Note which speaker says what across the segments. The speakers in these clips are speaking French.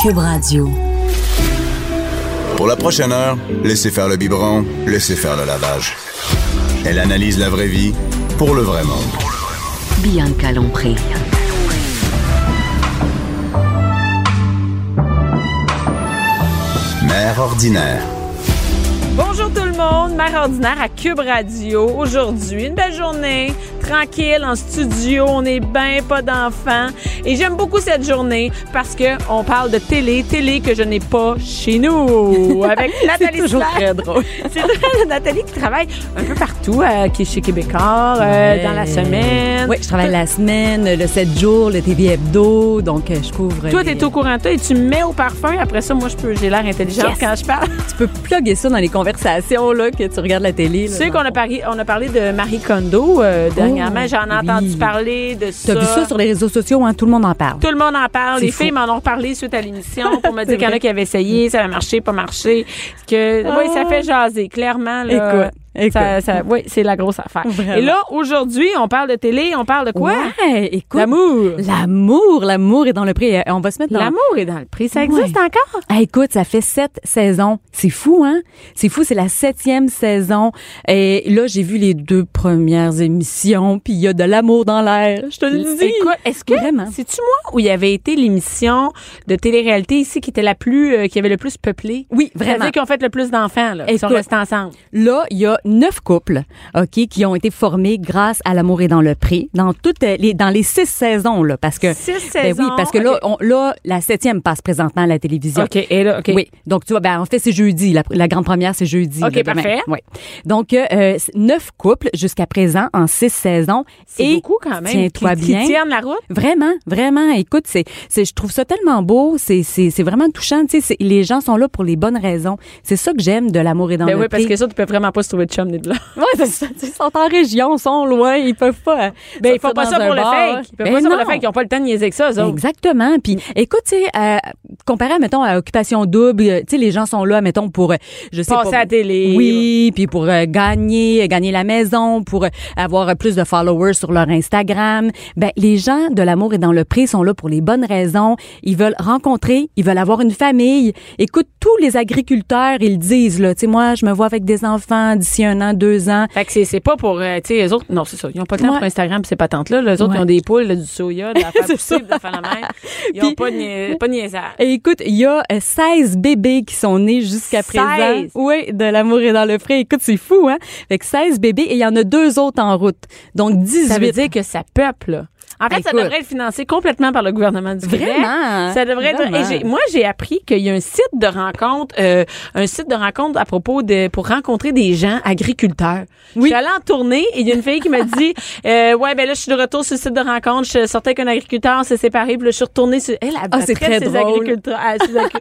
Speaker 1: Cube Radio.
Speaker 2: Pour la prochaine heure, laissez faire le biberon, laissez faire le lavage. Elle analyse la vraie vie pour le vrai monde.
Speaker 1: Bianca Lompré.
Speaker 2: Mère ordinaire.
Speaker 3: Bonjour tout le monde, Mère Ordinaire à Cube Radio. Aujourd'hui, une belle journée, tranquille, en studio, on est bien, pas d'enfants. Et j'aime beaucoup cette journée parce que on parle de télé, télé que je n'ai pas chez nous. Avec Nathalie
Speaker 4: toujours
Speaker 3: Slack.
Speaker 4: très drôle.
Speaker 3: C'est vrai, Nathalie qui travaille un peu partout, euh, qui est chez Québécois, euh, dans la semaine.
Speaker 4: Oui, je travaille la semaine, le 7 jours, le TV Hebdo, donc euh, je couvre.
Speaker 3: Toi,
Speaker 4: les-
Speaker 3: t'es au courant de toi et tu me mets au parfum. Après ça, moi, je peux, j'ai l'air intelligente
Speaker 4: Yes.
Speaker 3: quand je parle.
Speaker 4: Tu peux plugger ça dans les conversations là, que tu regardes la télé.
Speaker 3: Tu sais qu'on a, pari- on a parlé de Marie Kondo euh, dernièrement. J'en ai
Speaker 4: Oh, oui.
Speaker 3: entendu parler de
Speaker 4: Tu
Speaker 3: ça.
Speaker 4: as vu ça sur les réseaux sociaux, hein? tout le monde en parle.
Speaker 3: Tout le monde en parle.
Speaker 4: C'est
Speaker 3: Les
Speaker 4: fou.
Speaker 3: filles m'en ont parlé suite à l'émission pour me
Speaker 4: C'est
Speaker 3: dire qu'il y en a
Speaker 4: vrai.
Speaker 3: qui avaient essayé, ça a marché, pas marché. Que, Oui, ça fait jaser, clairement. Là,
Speaker 4: Ah. Écoute, écoute.
Speaker 3: Ça, ça- oui, c'est la grosse affaire.
Speaker 4: Vraiment.
Speaker 3: Et là, aujourd'hui, on parle de télé, on parle de quoi?
Speaker 4: Ouais, écoute.
Speaker 3: L'amour.
Speaker 4: L'amour, l'amour est dans le prix. Euh, On va se mettre dans
Speaker 3: L'amour est dans le prix. Ça existe
Speaker 4: Ouais.
Speaker 3: encore?
Speaker 4: Ah, écoute, ça fait sept saisons. C'est fou, hein? C'est fou, c'est la septième saison. Et là, j'ai vu les deux premières émissions, puis il y a de l'amour dans l'air. Je te le dis.
Speaker 3: Écoute, est-ce que
Speaker 4: Vraiment.
Speaker 3: c'est-tu moi où il y avait été l'émission de télé-réalité ici qui était la plus euh, qui avait le plus peuplée?
Speaker 4: Oui,
Speaker 3: C'est-à-dire
Speaker 4: vraiment.
Speaker 3: qu'ils ont fait le plus d'enfants, là. Ils sont
Speaker 4: Écoute.
Speaker 3: restés ensemble.
Speaker 4: Là, il y a neuf couples, OK, qui ont été formés grâce à l'amour et dans le prix, dans toutes les, dans les six saisons, là, parce que.
Speaker 3: Six
Speaker 4: Ben oui,
Speaker 3: saisons,
Speaker 4: parce que là,
Speaker 3: OK.
Speaker 4: on, là, la septième passe présentement à la télévision.
Speaker 3: OK, et là, OK.
Speaker 4: Oui. Donc, tu vois, ben, en fait, c'est jeudi. La, la grande première, c'est jeudi.
Speaker 3: OK,
Speaker 4: là, demain.
Speaker 3: parfait.
Speaker 4: Oui. Donc, euh, euh, c'est neuf couples jusqu'à présent en six saisons.
Speaker 3: C'est
Speaker 4: Et
Speaker 3: beaucoup quand même.
Speaker 4: Tiens-toi
Speaker 3: qui, qui
Speaker 4: bien.
Speaker 3: tiennent la route.
Speaker 4: Vraiment, vraiment. Écoute, c'est, c'est, je trouve ça tellement beau. C'est, c'est, c'est vraiment touchant. Tu sais, c'est- les gens sont là pour les bonnes raisons. C'est ça que j'aime de l'amour et dans
Speaker 3: Ben
Speaker 4: le
Speaker 3: oui, parce
Speaker 4: prix.
Speaker 3: que ça, tu peux vraiment pas se trouver de chum ni de blanc.
Speaker 4: Ouais, c'est ça. Ils sont en région, ils sont loin, ils peuvent pas.
Speaker 3: Ben, ils font pas ça pour le
Speaker 4: Ben
Speaker 3: fake. Ils font pas ça pour le fake.
Speaker 4: fait
Speaker 3: Ils ont pas le temps de niaiser que ça, eux autres.
Speaker 4: Exactement. Puis, écoute, tu sais, euh, comparé, mettons, à Occupation Double, euh, tu sais, les gens sont là, mettons, pour, euh, je sais
Speaker 3: Passer
Speaker 4: pas...
Speaker 3: à la télé.
Speaker 4: Oui, puis pour euh, gagner, euh, gagner la maison, pour euh, avoir euh, plus de followers sur leur Instagram. Ben, les gens de l'amour et dans le prix sont là pour les bonnes raisons. Ils veulent rencontrer, ils veulent avoir une famille. Écoute, tous les agriculteurs, ils le disent, là, tu sais, moi, je me vois avec des enfants d'ici un an, deux ans.
Speaker 3: Fait que c'est- c'est pas pour, euh, tu sais, les autres, non, c'est ça. Ils ont pas le temps
Speaker 4: Ouais.
Speaker 3: pour Instagram pis ces patentes-là. Les autres,
Speaker 4: Ouais.
Speaker 3: ils ont des poules, là, du soya, de la faire
Speaker 4: C'est
Speaker 3: pousser,
Speaker 4: ça.
Speaker 3: de la faire la même. Ils ont
Speaker 4: Puis-
Speaker 3: pas de, nia- pas de niaisage.
Speaker 4: Et écoute, il y a euh, 16 bébés qui sont nés jusqu'à présent.
Speaker 3: 16?
Speaker 4: Oui, de l'amour et dans le frais. Écoute, c'est fou, hein? Fait que 16 bébés et il y en a deux autres en route. Donc 18.
Speaker 3: Ça veut dire que ça peuple. En fait, ça
Speaker 4: Écoute.
Speaker 3: devrait être financé complètement par le gouvernement du Québec.
Speaker 4: Vraiment?
Speaker 3: Ça devrait être-
Speaker 4: Vraiment.
Speaker 3: et j'ai- moi, j'ai appris qu'il y a un site de rencontre, euh, un site de rencontre à propos de pour rencontrer des gens agriculteurs. Je
Speaker 4: Oui.
Speaker 3: suis allée en tournée et il y a une fille qui m'a dit, euh, ouais, ben là, je suis de retour sur le site de rencontre. Je sortais avec un agriculteur, on s'est séparés, puis là, je suis retournée sur. Elle, elle
Speaker 4: Ah, c'est
Speaker 3: traite
Speaker 4: très
Speaker 3: ses
Speaker 4: drôle.
Speaker 3: agriculteurs. Ah, ses agri-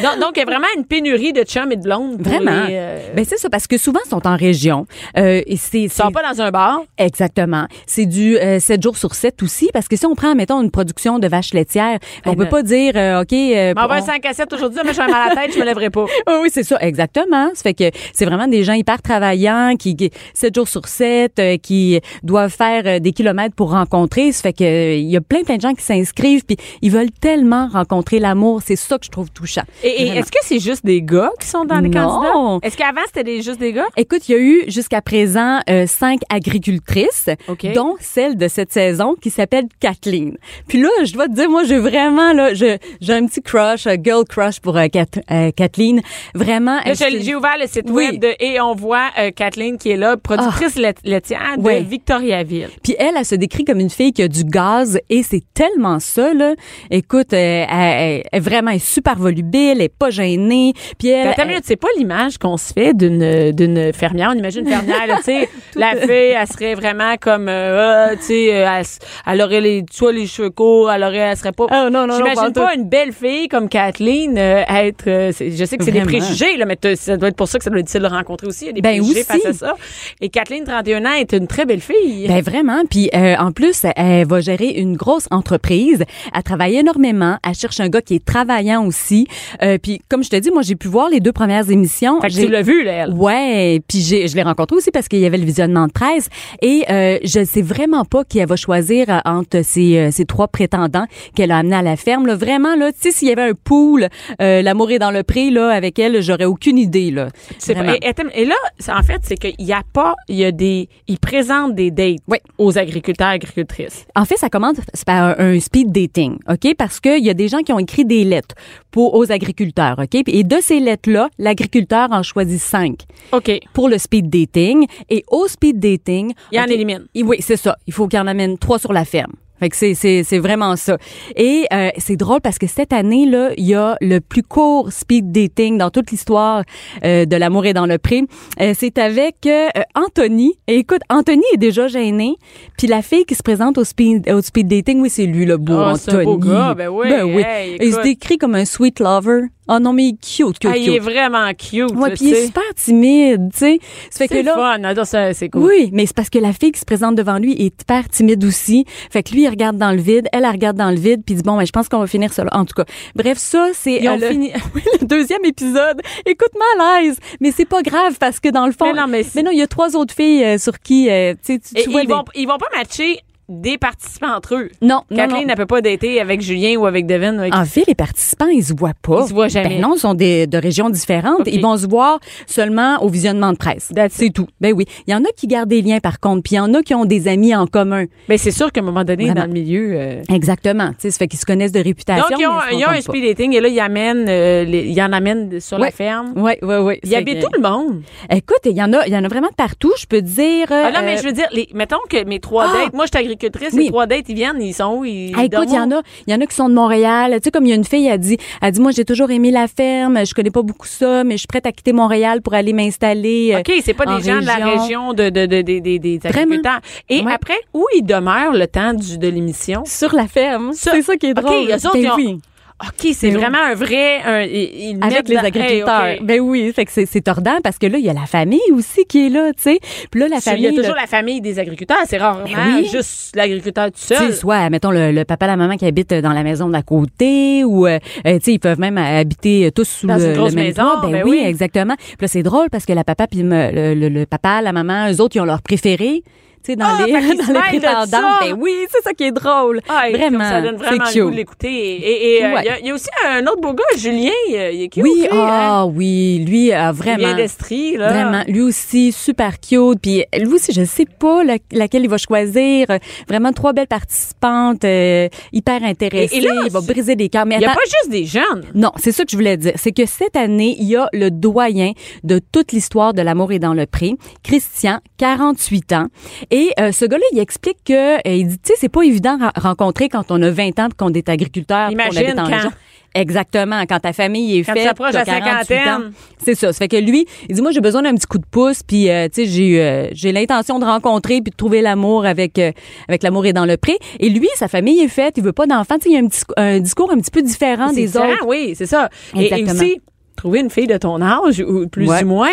Speaker 3: donc, donc, il y a vraiment une pénurie de chums et de blondes. pour
Speaker 4: Vraiment.
Speaker 3: les, euh,
Speaker 4: Ben c'est ça parce que souvent ils sont en région. Euh, et c'est
Speaker 3: ils sont pas dans un bar.
Speaker 4: Exactement. C'est du 7 jours sur 7 aussi parce que si on prend mettons une production de vaches laitières, on peut
Speaker 3: non.
Speaker 4: pas dire euh, OK euh,
Speaker 3: M'en va un
Speaker 4: on-
Speaker 3: 5 à 7 aujourd'hui, mais j'ai un mal à la tête, je me lèverai pas.
Speaker 4: Oui, Ah oui, c'est ça, exactement. Ça fait que c'est vraiment des gens hyper travaillants qui, qui 7 jours sur 7 euh, qui doivent faire euh, des kilomètres pour rencontrer. Ça fait que euh, il y a plein plein de gens qui s'inscrivent puis ils veulent tellement rencontrer l'amour, c'est ça que je trouve touchant.
Speaker 3: Et, et
Speaker 4: Vraiment.
Speaker 3: est-ce que c'est juste des gars qui sont dans les
Speaker 4: Non.
Speaker 3: candidats? Est-ce qu'avant, c'était des- juste des gars?
Speaker 4: Écoute, il y a eu jusqu'à présent euh, cinq agricultrices,
Speaker 3: OK.
Speaker 4: dont celle de cette saison qui s'appelle Kathleen. Puis là, je dois te dire, moi, j'ai vraiment là, je- j'ai un petit crush, euh, girl crush pour euh, Kath- euh, Kathleen. Vraiment.
Speaker 3: Là,
Speaker 4: elle,
Speaker 3: je-
Speaker 4: c'est-
Speaker 3: J'ai ouvert le site
Speaker 4: Oui. Ah.
Speaker 3: web de Et on voit euh, Kathleen qui est là, productrice lait- laitière de
Speaker 4: Ouais.
Speaker 3: Victoriaville.
Speaker 4: Puis elle, elle se décrit comme une fille qui a du gaz et c'est tellement ça là. Écoute, euh, elle, elle- elle- vraiment elle est super volubile, elle est pas gênée. Puis elle,
Speaker 3: Attends, une
Speaker 4: elle-
Speaker 3: minute, c'est pas l'image qu'on se fait d'une d'une fermière. On imagine une fermière, là, tu sais, la fille, elle serait vraiment comme, euh, ah, tu sais, euh, elle, s- elle aurait les, tu vois, les cheveux courts, elle aurait, elle serait pas.
Speaker 4: Ah, non, non, non, pas en
Speaker 3: J'imagine
Speaker 4: tout.
Speaker 3: pas, une belle fille comme Kathleen euh, être. euh, c'est- je sais que c'est des
Speaker 4: Vraiment.
Speaker 3: préjugés, là, mais t'as- ça doit être pour ça que ça doit être difficile de le rencontrer aussi. Il y a des
Speaker 4: Ben,
Speaker 3: préjugés
Speaker 4: aussi.
Speaker 3: face à ça. Et Kathleen, 31 ans, est une très belle fille.
Speaker 4: Ben vraiment, puis euh, en plus, elle va gérer une grosse entreprise. Elle travaille énormément. Elle cherche un gars qui est travaillant aussi. Euh, puis comme je te dis, moi j'ai pu voir les deux premières émissions.
Speaker 3: fait que
Speaker 4: J'ai-
Speaker 3: tu l'as vu, là, elle.
Speaker 4: Ouais, puis j'ai- je l'ai rencontrée aussi parce qu'il y avait le visionnement de presse et euh, je sais vraiment pas qui elle va choisir euh, entre ces, euh, ces trois prétendants qu'elle a amenés à la ferme. Là. Vraiment là, tu sais s'il y avait un pool, euh, l'amour est dans le pré là avec elle, j'aurais aucune idée là.
Speaker 3: C'est
Speaker 4: Vraiment.
Speaker 3: pas- et, et- et là, c'est- en fait, c'est qu'il y a pas, il y a des, ils présentent des dates
Speaker 4: Oui.
Speaker 3: aux agriculteurs, agricultrices.
Speaker 4: En fait, ça commence par un un speed dating, OK? Parce qu'il y a des gens qui ont écrit des lettres pour, aux agriculteurs, OK? Et de ces lettres-là, l'agriculteur en choisit cinq
Speaker 3: Ok. Il
Speaker 4: pour le speed dating. Et au speed dating...
Speaker 3: en
Speaker 4: OK,
Speaker 3: élimine.
Speaker 4: et oui, c'est ça. Il faut qu'il en amène trois sur la ferme. Fait que c'est, c'est, c'est vraiment ça. Et euh, c'est drôle parce que cette année-là, il y a le plus court speed dating dans toute l'histoire euh, de L'amour est dans le pré. Euh, c'est avec euh, Anthony. Et écoute, Anthony est déjà gêné. Puis la fille qui se présente au speed, au speed dating, oui, c'est lui, le beau
Speaker 3: Ah,
Speaker 4: Anthony.
Speaker 3: c'est un beau gars, ben oui, hey,
Speaker 4: Et il se
Speaker 3: écoute.
Speaker 4: décrit comme un sweet lover. Ah non, mais il est cute, cute,
Speaker 3: Ah, il est
Speaker 4: cute.
Speaker 3: vraiment cute.
Speaker 4: Ouais,
Speaker 3: tu
Speaker 4: puis il est
Speaker 3: sais.
Speaker 4: super timide, tu sais. Ça fait
Speaker 3: C'est
Speaker 4: que là,
Speaker 3: fun. Adore ça, c'est cool.
Speaker 4: oui, mais c'est parce que la fille qui se présente devant lui est hyper timide aussi. Fait que lui, il regarde dans le vide, elle, elle regarde dans le vide, puis il dit bon, ben, je pense qu'on va finir ça. là. En tout cas, bref, ça c'est euh,
Speaker 3: Ils ont
Speaker 4: le...
Speaker 3: fini.
Speaker 4: Oui, le deuxième épisode. Écoute malaise, mais c'est pas grave parce que dans le fond,
Speaker 3: Mais non, mais c'est-
Speaker 4: il y a trois autres filles euh, sur qui euh, tu sais, tu-
Speaker 3: Et
Speaker 4: tu vois
Speaker 3: ils,
Speaker 4: des-
Speaker 3: vont, ils vont pas matcher des participants entre eux.
Speaker 4: Non, non,
Speaker 3: Kathleen,
Speaker 4: non.
Speaker 3: elle peut pas dater avec Julien ou avec Devin. ou avec-
Speaker 4: En fait, les participants, ils se voient pas.
Speaker 3: Ils se voient jamais.
Speaker 4: Ben non, ils sont des, de régions différentes.
Speaker 3: Ok.
Speaker 4: Ils vont se voir seulement au visionnement de presse. C'est tout. Ben oui. Il y en a qui gardent des liens, par contre, puis il y en a qui ont des amis en commun.
Speaker 3: Mais c'est sûr qu'à un moment donné,
Speaker 4: Vraiment.
Speaker 3: dans le milieu. euh,
Speaker 4: Exactement. Tu sais, ça fait qu'ils se connaissent de réputation.
Speaker 3: Donc, ils ont,
Speaker 4: mais
Speaker 3: ils
Speaker 4: ils se
Speaker 3: ont un
Speaker 4: rencontrent pas.
Speaker 3: speed dating et là, ils, amènent, euh, les- ils en amènent sur la
Speaker 4: Ouais.
Speaker 3: ferme.
Speaker 4: Oui, oui, oui.
Speaker 3: Il y habite tout le monde.
Speaker 4: Écoute, il y en a, il y en a vraiment partout. Je peux te dire.
Speaker 3: Ah non, mais
Speaker 4: euh,
Speaker 3: je veux dire, les, mettons que mes trois
Speaker 4: Ah!
Speaker 3: dates, moi, je suis agricultrice,
Speaker 4: Oui.
Speaker 3: les trois dates, ils viennent, ils sont où? Ils
Speaker 4: ah, écoute,
Speaker 3: dorment
Speaker 4: il y en
Speaker 3: où?
Speaker 4: a, il y en a qui sont de Montréal. Tu sais, comme il y a une fille, elle dit, elle dit, moi, j'ai toujours aimé la ferme. Je connais pas beaucoup ça, mais je suis prête à quitter Montréal pour aller m'installer. euh,
Speaker 3: OK, c'est pas
Speaker 4: en
Speaker 3: des gens de la région de, de, de, de- de- des agriculteurs. Et
Speaker 4: Ouais.
Speaker 3: après, où ils demeurent le temps du, de l'émission?
Speaker 4: Sur la ferme.
Speaker 3: Ça-
Speaker 4: C'est ça qui est
Speaker 3: OK,
Speaker 4: drôle.
Speaker 3: eux autres,
Speaker 4: Ben
Speaker 3: ils ont-
Speaker 4: oui.
Speaker 3: OK, c'est
Speaker 4: Mais oui.
Speaker 3: vraiment un vrai... Un, ils- ils mettent
Speaker 4: Avec les
Speaker 3: dans-
Speaker 4: agriculteurs.
Speaker 3: Hey, OK.
Speaker 4: Ben oui, fait que c'est c'est tordant parce que là, il y a la famille aussi qui est là, tu sais. Puis là, la
Speaker 3: Il y
Speaker 4: famille.
Speaker 3: a
Speaker 4: là,
Speaker 3: toujours la famille des agriculteurs. C'est rarement
Speaker 4: Ben oui.
Speaker 3: juste l'agriculteur tout
Speaker 4: Tu
Speaker 3: seul.
Speaker 4: sais, soit, mettons, le, le papa, la maman qui habite dans la maison d'à côté, ou, euh, euh, tu sais, ils peuvent même euh, habiter euh, tous sous
Speaker 3: Dans
Speaker 4: le,
Speaker 3: une grosse
Speaker 4: le même
Speaker 3: maison,
Speaker 4: toit.
Speaker 3: ben oui.
Speaker 4: oui, exactement. Puis là, c'est drôle parce que la papa puis me- le, le- le papa, la maman, eux autres, ils ont leur préféré. Tu sais, dans
Speaker 3: Ah,
Speaker 4: les,
Speaker 3: fait qu'ils se
Speaker 4: dans les
Speaker 3: mêlent de ça.
Speaker 4: prétendants. Ben oui, c'est ça qui est drôle.
Speaker 3: Ah, et
Speaker 4: vraiment.
Speaker 3: comme Ça donne vraiment
Speaker 4: c'est
Speaker 3: le goût de
Speaker 4: cute.
Speaker 3: l'écouter. Et et, euh, il
Speaker 4: Ouais.
Speaker 3: y, a- il y a aussi un autre beau gars, Julien. euh, Il est cute,
Speaker 4: Oui,
Speaker 3: lui, hein.
Speaker 4: ah oui, lui, euh,
Speaker 3: Il
Speaker 4: vraiment.
Speaker 3: vient d'Estrie, là.
Speaker 4: Vraiment, lui aussi super cute. Puis euh, lui aussi, je sais pas la- laquelle il va choisir. Euh, Vraiment trois belles participantes, euh, hyper intéressées.
Speaker 3: là,
Speaker 4: il va
Speaker 3: c'est-
Speaker 4: briser des cœurs. Mais
Speaker 3: Il n'y a
Speaker 4: attends,
Speaker 3: pas juste des jeunes.
Speaker 4: Non, c'est ça que je voulais dire. C'est que cette année, il y a le doyen de toute l'histoire de l'amour et dans le prix, Christian, 48 ans. Et euh, ce gars-là, il explique que, euh, il dit, tu sais, c'est pas évident de rencontrer quand on a 20 ans, puis qu'on est agriculteur, puis qu'on
Speaker 3: Imagine
Speaker 4: habite en
Speaker 3: quand.
Speaker 4: région. Exactement, quand ta famille est
Speaker 3: Quand tu
Speaker 4: faite,
Speaker 3: t'approches
Speaker 4: t'as
Speaker 3: de la
Speaker 4: 48 ans.
Speaker 3: cinquantaine.
Speaker 4: C'est ça. Ça fait que lui, il dit, moi, j'ai besoin d'un petit coup de pouce, puis, euh, tu sais, j'ai, euh, j'ai l'intention de rencontrer, puis de trouver l'amour avec, euh, avec l'amour et dans le pré. Et lui, sa famille est faite, il veut pas d'enfants. Tu sais, il y a un, petit- un discours un petit peu différent
Speaker 3: C'est
Speaker 4: des
Speaker 3: différent,
Speaker 4: autres.
Speaker 3: Oui, c'est ça. Et- Et,
Speaker 4: Exactement.
Speaker 3: aussi, trouver une fille de ton âge, ou plus
Speaker 4: Ouais.
Speaker 3: ou moins,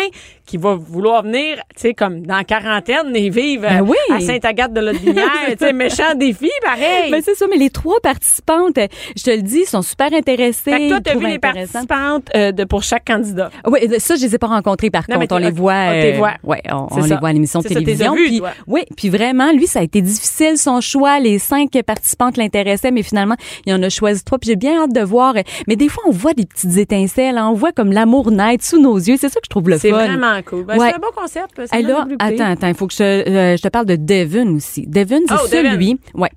Speaker 3: qui va vouloir venir, tu sais, comme dans la quarantaine, et vivre
Speaker 4: Ben
Speaker 3: euh,
Speaker 4: oui.
Speaker 3: à Sainte-Agathe de l'Aubinière. tu sais, méchant défi, pareil.
Speaker 4: Ben, c'est ça, mais les trois participantes, euh, je te le dis, sont super intéressées.
Speaker 3: fait que toi,
Speaker 4: ils
Speaker 3: t'as vu
Speaker 4: trouvent
Speaker 3: les
Speaker 4: intéressant.
Speaker 3: participantes euh, de, pour chaque candidat.
Speaker 4: Oui, ça, je les ai pas rencontrées, par
Speaker 3: Non, mais
Speaker 4: contre. On
Speaker 3: t'es-
Speaker 4: les voit. euh,
Speaker 3: ah, t'es vois.
Speaker 4: ouais, on,
Speaker 3: C'est
Speaker 4: on
Speaker 3: ça.
Speaker 4: les voit à l'émission de
Speaker 3: C'est ça, t'es
Speaker 4: télévision.
Speaker 3: vue,
Speaker 4: puis,
Speaker 3: toi.
Speaker 4: oui, puis vraiment, lui, ça a été difficile, son choix. Les cinq participantes l'intéressaient, mais finalement, il en a choisi trois. Puis j'ai bien hâte de voir. Mais des fois, on voit des petites étincelles. hein, on voit comme l'amour naître sous nos yeux. C'est ça que je trouve le
Speaker 3: C'est
Speaker 4: fun.
Speaker 3: vraiment cool. Ben,
Speaker 4: Ouais.
Speaker 3: C'est un bon concept. ça
Speaker 4: Hey,
Speaker 3: donne
Speaker 4: là,
Speaker 3: envie de goûter.
Speaker 4: attends, attends, il faut que je, euh, je te parle de Devon aussi. Devon, c'est
Speaker 3: Oh, Devin.
Speaker 4: celui, ouais.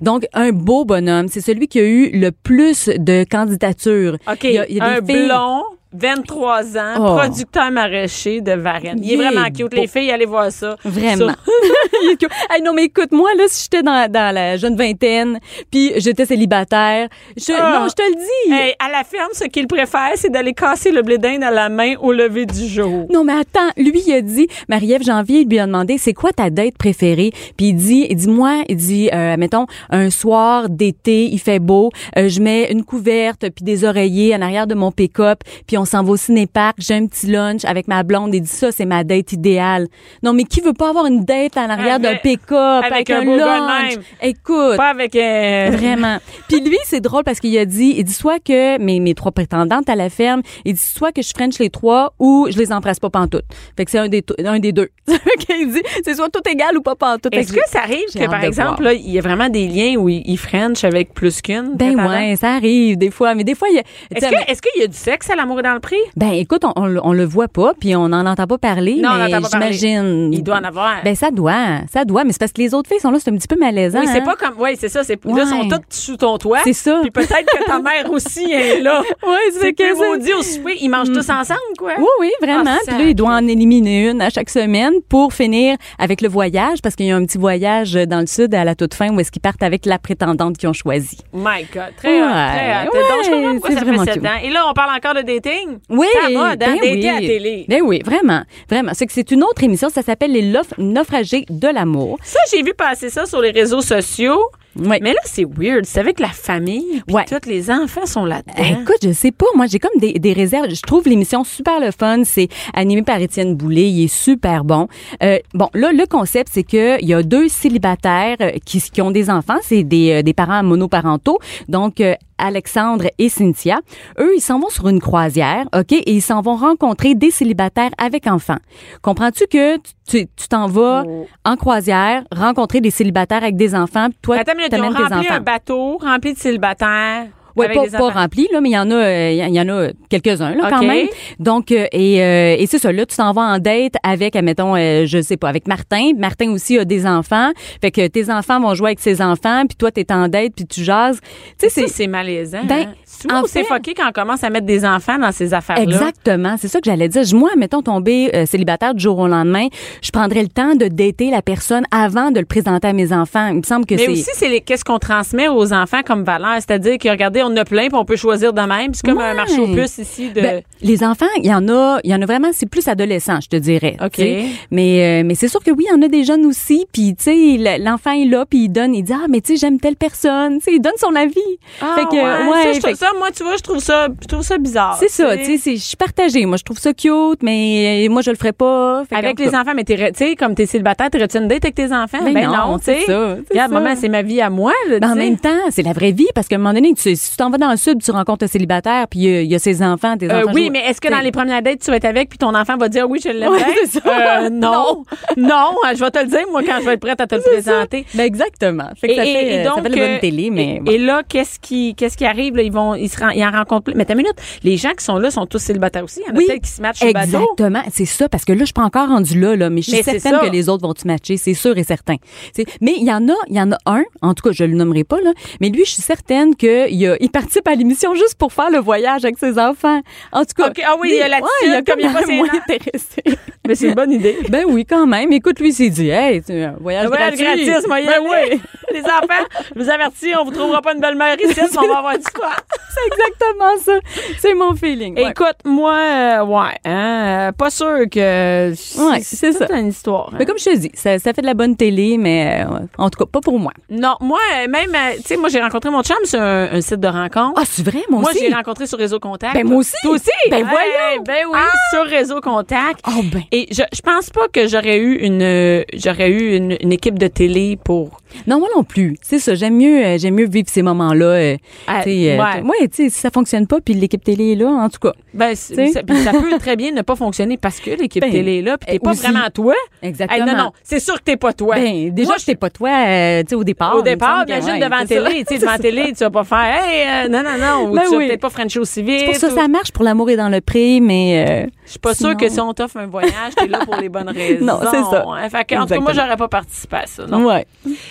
Speaker 4: Donc un beau bonhomme, c'est celui qui a eu le plus de candidatures.
Speaker 3: OK,
Speaker 4: Il y a- il y a des
Speaker 3: un
Speaker 4: filles-
Speaker 3: blond, 23 ans,
Speaker 4: Oh.
Speaker 3: producteur maraîcher de Varennes. Il est
Speaker 4: Il est
Speaker 3: vraiment cute.
Speaker 4: beau.
Speaker 3: Les filles, allez voir ça.
Speaker 4: Vraiment.
Speaker 3: Sur-
Speaker 4: Il est cute. Hey, non, mais écoute, moi, là, si j'étais dans, dans la jeune vingtaine, puis j'étais célibataire, je,
Speaker 3: Ah.
Speaker 4: non, je te le dis.
Speaker 3: Hey, à la ferme, ce qu'il préfère, c'est d'aller casser le blé d'Inde à la main au lever du jour.
Speaker 4: Non, mais attends, lui, il a dit, Marie-Ève Janvier, il lui a demandé, c'est quoi ta date préférée? Puis il dit, il dit, moi, il dit, euh, mettons, un soir d'été, il fait beau, euh, je mets une couverte, puis des oreillers en arrière de mon pick-up, puis on s'en va au ciné-parc, j'ai un petit lunch avec ma blonde, et dit, ça, c'est ma date idéale. Non, mais qui veut pas avoir une date en arrière d'un
Speaker 3: Avec-
Speaker 4: pick-up,
Speaker 3: avec
Speaker 4: avec,
Speaker 3: un
Speaker 4: un,
Speaker 3: beau gars de
Speaker 4: lunch?
Speaker 3: même.
Speaker 4: Écoute.
Speaker 3: Pas avec euh,
Speaker 4: Vraiment. Puis lui, c'est drôle parce qu'il a dit, il dit soit que mes, mes trois prétendantes à la ferme, il dit soit que je French les trois ou je les embrasse pas pantoute. Fait que c'est un des, to- un des deux. il dit, c'est soit tout égal ou pas pantoute. Fait
Speaker 3: Est-ce que ça arrive
Speaker 4: j'ai
Speaker 3: que,
Speaker 4: hâte
Speaker 3: par
Speaker 4: de
Speaker 3: exemple, là,
Speaker 4: voir.
Speaker 3: il y a vraiment des liens où il, il French avec plus qu'une?
Speaker 4: Ben
Speaker 3: prétendante?
Speaker 4: ouais, ça arrive des fois, mais des fois, il y a...
Speaker 3: Est-ce
Speaker 4: T'sais,
Speaker 3: que- est-ce qu'il y a du sexe à l'amour est dans le prix?
Speaker 4: Ben écoute, on, on, le- on le voit pas, puis on n'en entend pas parler,
Speaker 3: Non, on
Speaker 4: mais
Speaker 3: n'entend pas parler.
Speaker 4: j'imagine...
Speaker 3: Il doit en avoir.
Speaker 4: Ben ça doit, ça doit, mais c'est parce que les autres filles sont là, c'est un petit peu malaisant.
Speaker 3: oui, c'est
Speaker 4: hein.
Speaker 3: pas comme. Oui, c'est ça. C'est, Là,
Speaker 4: Ouais.
Speaker 3: sont toutes sous ton toit.
Speaker 4: C'est ça.
Speaker 3: Puis peut-être que ta mère aussi est là.
Speaker 4: Ouais,
Speaker 3: C'est
Speaker 4: que
Speaker 3: que
Speaker 4: ça-
Speaker 3: maudit au souper. Ils mangent tous ensemble, quoi.
Speaker 4: Oui, oui, vraiment.
Speaker 3: Ah,
Speaker 4: Puis là, il doit en éliminer une à chaque semaine pour finir avec le voyage, parce qu'il y a un petit voyage euh, dans le sud à la toute fin où est-ce qu'ils partent avec la prétendante qu'ils ont choisie.
Speaker 3: My God. Très hot, très hot.
Speaker 4: Ouais,
Speaker 3: Donc, je comprends pourquoi
Speaker 4: c'est
Speaker 3: ça
Speaker 4: vraiment
Speaker 3: fait sept
Speaker 4: cute.
Speaker 3: ans. Et là, on parle encore de dating.
Speaker 4: Oui,
Speaker 3: Ça mode, hein,
Speaker 4: ben
Speaker 3: dater
Speaker 4: oui.
Speaker 3: à télé.
Speaker 4: Ben oui, vraiment, vraiment. C'est que c'est une autre émission, ça s'appelle Les Lof- naufragés de l'amour.
Speaker 3: Ça, j'ai vu passer ça sur les réseaux sociaux.
Speaker 4: Ouais.
Speaker 3: Mais là, c'est weird. C'est avec la famille. Puis
Speaker 4: Ouais.
Speaker 3: tous les enfants sont là-dedans.
Speaker 4: Ben, Écoute, je sais pas. Moi, j'ai comme des, des réserves. Je trouve l'émission super le fun. C'est animé par Étienne Boulay. Il est super bon. Euh, bon, là, le concept, c'est que il y a deux célibataires euh, qui, qui ont des enfants. C'est des, euh, des parents monoparentaux. Donc, euh, Alexandre et Cynthia. Eux, ils s'en vont sur une croisière, OK? Et ils s'en vont rencontrer des célibataires avec enfants. Comprends-tu que tu- tu tu t'en vas
Speaker 3: Oh.
Speaker 4: en croisière, rencontrer des célibataires avec des enfants, puis toi,
Speaker 3: Attends, mais ils ont
Speaker 4: t'amènes tes
Speaker 3: rempli un
Speaker 4: enfants.
Speaker 3: bateau rempli de célibataires.
Speaker 4: Ouais,
Speaker 3: avec
Speaker 4: pas,
Speaker 3: des
Speaker 4: pas
Speaker 3: enfants.
Speaker 4: rempli, là, mais il y en a, euh, il y en a quelques-uns, là, quand
Speaker 3: OK.
Speaker 4: même. Donc, euh, et, euh, et c'est ça, là, tu t'en vas en date avec, admettons, euh, je sais pas, avec Martin. Martin aussi a des enfants. Fait que tes enfants vont jouer avec ses enfants, puis toi, t'es en date, puis tu jases. Tu sais,
Speaker 3: Ça,
Speaker 4: c'est...
Speaker 3: c'est malaisant.
Speaker 4: Ben,
Speaker 3: hein. Souvent,
Speaker 4: en
Speaker 3: on s'est
Speaker 4: fait-
Speaker 3: foqué quand on commence à mettre des enfants dans ces affaires-là.
Speaker 4: Exactement, c'est ça que j'allais dire. Je- Moi, mettons tomber euh, célibataire du jour au lendemain, je prendrais le temps de dater la personne avant de le présenter à mes enfants. Il me semble que
Speaker 3: Mais
Speaker 4: c'est
Speaker 3: aussi, c'est les- qu'est-ce qu'on transmet aux enfants comme valeur. C'est-à-dire que, regardez, on en a plein, puis on peut choisir de même. C'est comme un
Speaker 4: Ouais.
Speaker 3: marché aux puces ici. De...
Speaker 4: Ben, les enfants, il y en a, il y en a vraiment, c'est plus adolescent, je te dirais.
Speaker 3: OK.
Speaker 4: tu sais. Mais euh, mais c'est sûr que oui, il y en a des jeunes aussi, puis tu sais, le- l'enfant est là, puis il donne, il dit ah mais tu sais j'aime telle personne, tu sais, il donne son avis.
Speaker 3: Ah,
Speaker 4: Fait que,
Speaker 3: ouais, ça,
Speaker 4: ouais,
Speaker 3: je
Speaker 4: fait
Speaker 3: trouve ça, moi, tu vois, je trouve ça, je trouve ça bizarre.
Speaker 4: C'est ça, tu sais, c'est- je suis partagée. Moi, je trouve ça cute, mais euh, moi, je le ferais pas. Fait
Speaker 3: Avec
Speaker 4: qu'en
Speaker 3: les
Speaker 4: tout cas,
Speaker 3: enfants, mais t'es- tu sais, comme t'es célibataire, t'aurais-tu une date avec tes enfants?
Speaker 4: Ben non,
Speaker 3: tu sais.
Speaker 4: c'est ça, c'est
Speaker 3: Regarde,
Speaker 4: ça.
Speaker 3: maman, c'est ma vie à moi, là,
Speaker 4: ben, en
Speaker 3: tu sais.
Speaker 4: même temps, c'est la vraie vie, parce qu'à un moment donné, tu- si tu t'en vas dans le sud, tu rencontres un célibataire, puis euh, il y, a ses enfants, tes
Speaker 3: Euh,
Speaker 4: enfants.
Speaker 3: oui,
Speaker 4: jouent-
Speaker 3: mais est-ce que
Speaker 4: tu sais.
Speaker 3: dans les premières dates, tu vas être avec, puis ton enfant va dire oui, je l'aime
Speaker 4: Ouais,
Speaker 3: bien?
Speaker 4: c'est ça.
Speaker 3: Euh, non. non, euh, je vais te le dire, moi, quand je vais être prête à te le présenter.
Speaker 4: Ben, exactement. Fait que ça fait, euh, ça fait la
Speaker 3: euh,
Speaker 4: bonne télé, mais...
Speaker 3: et,
Speaker 4: bon.
Speaker 3: et là, qu'est-ce qui, qu'est-ce qui arrive? Là, ils vont, ils se ren- ils en rencontrent plein. Mais t'as une minute, les gens qui sont là sont tous célibataires aussi. Il y en a peut-être qui se matchent au bateau.
Speaker 4: Exactement, c'est ça, parce que là, je suis pas encore rendu là, là mais je
Speaker 3: Mais
Speaker 4: suis
Speaker 3: c'est
Speaker 4: certaine
Speaker 3: ça.
Speaker 4: que les autres vont te matcher, c'est sûr et certain. C'est- Mais il y en a, il y en a un, en tout cas, je le nommerai pas, là, mais lui, je suis certaine qu'il a, il participe à l'émission juste pour faire le voyage avec ses enfants. En tout cas.
Speaker 3: Ok, ah oui,
Speaker 4: lui,
Speaker 3: il a l'attitude,
Speaker 4: ouais, il a
Speaker 3: comme
Speaker 4: comme
Speaker 3: il est pas
Speaker 4: l'air
Speaker 3: ses
Speaker 4: moins
Speaker 3: nerfs.
Speaker 4: intéressé.
Speaker 3: Mais c'est une bonne idée.
Speaker 4: ben oui, quand même. Écoute, lui, il s'est dit, hey, c'est un voyage
Speaker 3: Ah Ouais,
Speaker 4: gratuit.
Speaker 3: gratis, moi, y
Speaker 4: Ben
Speaker 3: aller.
Speaker 4: oui.
Speaker 3: Les enfants, je vous avertis, on vous trouvera pas une belle-mère ici, mais on va avoir du fun.
Speaker 4: c'est exactement ça. C'est mon feeling. ouais.
Speaker 3: Écoute, moi, euh, ouais, hein, euh, pas sûr que.
Speaker 4: Ouais, c'est
Speaker 3: toute
Speaker 4: ça.
Speaker 3: une histoire. hein.
Speaker 4: Mais comme je te dis, ça, ça fait de la bonne télé, mais euh, en tout cas, pas pour moi.
Speaker 3: Non, moi, euh, même, euh, tu sais, moi, j'ai rencontré mon chum sur un, un site de rencontre.
Speaker 4: Ah, c'est vrai, moi,
Speaker 3: moi,
Speaker 4: aussi.
Speaker 3: j'ai rencontré sur Réseau Contact.
Speaker 4: Ben, moi aussi.
Speaker 3: Toi aussi.
Speaker 4: Ben,
Speaker 3: Hey,
Speaker 4: voyons.
Speaker 3: Ben oui, sur Réseau Contact.
Speaker 4: Oh, ben.
Speaker 3: Et je, je pense pas que j'aurais eu une euh, j'aurais eu une, une équipe de télé pour
Speaker 4: Non, moi non plus. C'est ça, j'aime mieux, euh, j'aime mieux vivre ces moments-là. Euh,
Speaker 3: Ah,
Speaker 4: tu sais, euh,
Speaker 3: ouais.
Speaker 4: t- ouais, tu sais, si ça fonctionne pas, puis l'équipe télé est là, en tout cas.
Speaker 3: ben c'est-
Speaker 4: T'sais.
Speaker 3: ça, puis ça peut très bien ne pas fonctionner parce que l'équipe
Speaker 4: Ben,
Speaker 3: télé est là puis t'es
Speaker 4: eh,
Speaker 3: pas
Speaker 4: aussi.
Speaker 3: vraiment toi.
Speaker 4: Exactement.
Speaker 3: Hey, non non, c'est sûr que t'es pas toi.
Speaker 4: Ben, déjà,
Speaker 3: Moi,
Speaker 4: je t'ai pas toi, euh, tu sais, au départ.
Speaker 3: au
Speaker 4: il me
Speaker 3: départ,
Speaker 4: semble que-
Speaker 3: imagine
Speaker 4: ouais,
Speaker 3: devant la
Speaker 4: c'est ça.
Speaker 3: télé, tu sais devant la télé, tu vas pas faire hey euh, non non non, ou
Speaker 4: Ben
Speaker 3: tu vas
Speaker 4: oui.
Speaker 3: peut-être pas French au civil.
Speaker 4: C'est pour ça, ça marche pour l'amour et dans le prix, mais. euh,
Speaker 3: Je suis pas sûre
Speaker 4: sinon-
Speaker 3: que si on t'offre un voyage, t'es là pour les bonnes raisons.
Speaker 4: Non, c'est ça.
Speaker 3: hein. Fait que, en tout cas, moi,
Speaker 4: Exactement.
Speaker 3: j'aurais pas participé à ça. Non.
Speaker 4: Ouais.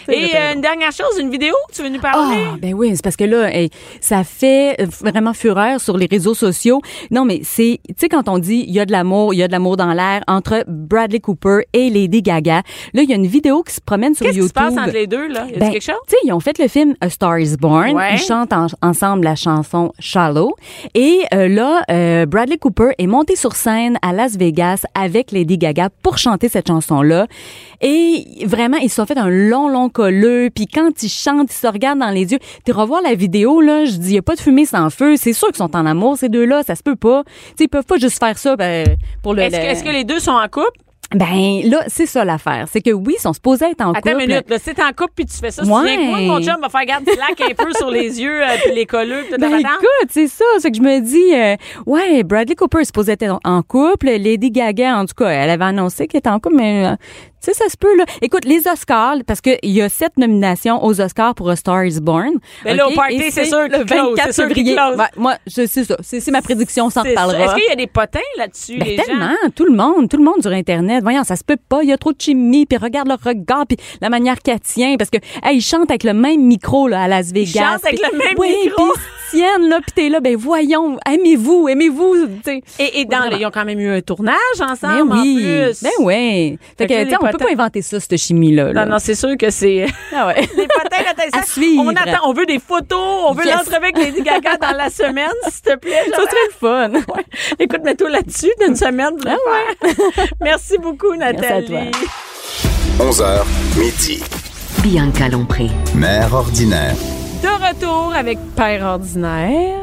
Speaker 3: Et euh, une dernière chose, une vidéo, tu veux nous
Speaker 4: Ah,
Speaker 3: parler?
Speaker 4: ben oui, c'est parce que là, hey, ça fait fait vraiment fureur sur les réseaux sociaux. Non, mais c'est, tu sais, quand on dit il y a de l'amour, il y a de l'amour dans l'air entre Bradley Cooper et Lady Gaga, là, il y a une vidéo qui se promène sur
Speaker 3: Qu'est-ce qui
Speaker 4: YouTube.
Speaker 3: se passe entre les deux, là? Y a
Speaker 4: Ben,
Speaker 3: quelque chose?
Speaker 4: tu sais, ils ont fait le film A Star Is Born.
Speaker 3: Ouais.
Speaker 4: Ils chantent en- ensemble la chanson Shallow. Et euh, là, euh, Bradley Cooper est monté sur scène à Las Vegas avec Lady Gaga pour chanter cette chanson-là. Et vraiment, ils se sont fait un long, long colleux. Puis quand ils chantent, ils se regardent dans les yeux. Tu revoir la vidéo, là, je dis, il a pas de fumée sans feu. C'est sûr qu'ils sont en amour, ces deux-là. Ça se peut pas. Tu sais, ils peuvent pas juste faire ça ben, pour le...
Speaker 3: Est-ce que,
Speaker 4: le-
Speaker 3: est-ce que les deux sont en couple?
Speaker 4: Ben là, c'est ça l'affaire. C'est que oui, ils sont supposés être en
Speaker 3: Attends
Speaker 4: couple.
Speaker 3: une minute, là, si t'es en couple puis tu fais ça, si tu
Speaker 4: Ouais.
Speaker 3: viens avec moi, mon chum va faire garde slack un peu sur les yeux euh, puis les colleux puis tout
Speaker 4: Ben
Speaker 3: patente.
Speaker 4: écoute, c'est ça. C'est que je me dis, euh, ouais, Bradley Cooper se posait être en- en couple. Lady Gaga, en tout cas, elle avait annoncé qu'elle était en couple, mais euh, tu sais, ça se peut, là. Écoute, les Oscars, parce qu'il y a sept nominations aux Oscars pour A Star is Born.
Speaker 3: Ben là,
Speaker 4: OK?
Speaker 3: au party,
Speaker 4: Et
Speaker 3: c'est sûr
Speaker 4: le
Speaker 3: qu'il close,
Speaker 4: 24
Speaker 3: c'est sûr qu'il
Speaker 4: février.
Speaker 3: close.
Speaker 4: Ben, moi, je- c'est ça. C'est c'est ma prédiction, on s'en
Speaker 3: C'est ça.
Speaker 4: reparlera.
Speaker 3: Est-ce qu'il y a des potins là-dessus,
Speaker 4: Ben,
Speaker 3: les gens?
Speaker 4: tellement, tout le monde, tout le monde sur internet. Voyons, ça se peut pas, il y a trop de chimie, puis regarde leur regard, puis la manière qu'elle tient parce que hey, ils chantent avec le même micro là à Las Vegas.
Speaker 3: chantent avec
Speaker 4: puis-
Speaker 3: le même
Speaker 4: oui,
Speaker 3: micro.
Speaker 4: puis ils se tiennent là, puis t'es là ben voyons, aimez-vous, aimez-vous, tu sais.
Speaker 3: Et, et dans
Speaker 4: Vraiment.
Speaker 3: le- ils ont quand même eu un tournage
Speaker 4: Ben
Speaker 3: ensemble en
Speaker 4: oui.
Speaker 3: plus.
Speaker 4: Ben ouais. Fait,
Speaker 3: Fait que
Speaker 4: que,
Speaker 3: là,
Speaker 4: tu sais,
Speaker 3: les
Speaker 4: on peut
Speaker 3: potins-
Speaker 4: pas inventer ça cette chimie là.
Speaker 3: Non, non, c'est sûr que c'est.
Speaker 4: Ah ouais.
Speaker 3: Les potins, là, t'as
Speaker 4: À
Speaker 3: ça.
Speaker 4: suivre.
Speaker 3: On attend, on veut des photos, on veut
Speaker 4: Yes.
Speaker 3: l'entrevue avec Lady Gaga dans la semaine, s'il te plaît.
Speaker 4: ça serait le fun. Ben
Speaker 3: Ouais. Écoute, mets-toi là-dessus d'une semaine. pour le faire. Merci beaucoup, Nathalie.
Speaker 4: toi.
Speaker 2: 11h, midi.
Speaker 1: Bianca Lompré.
Speaker 2: Mère ordinaire.
Speaker 3: De retour avec Père Ordinaire.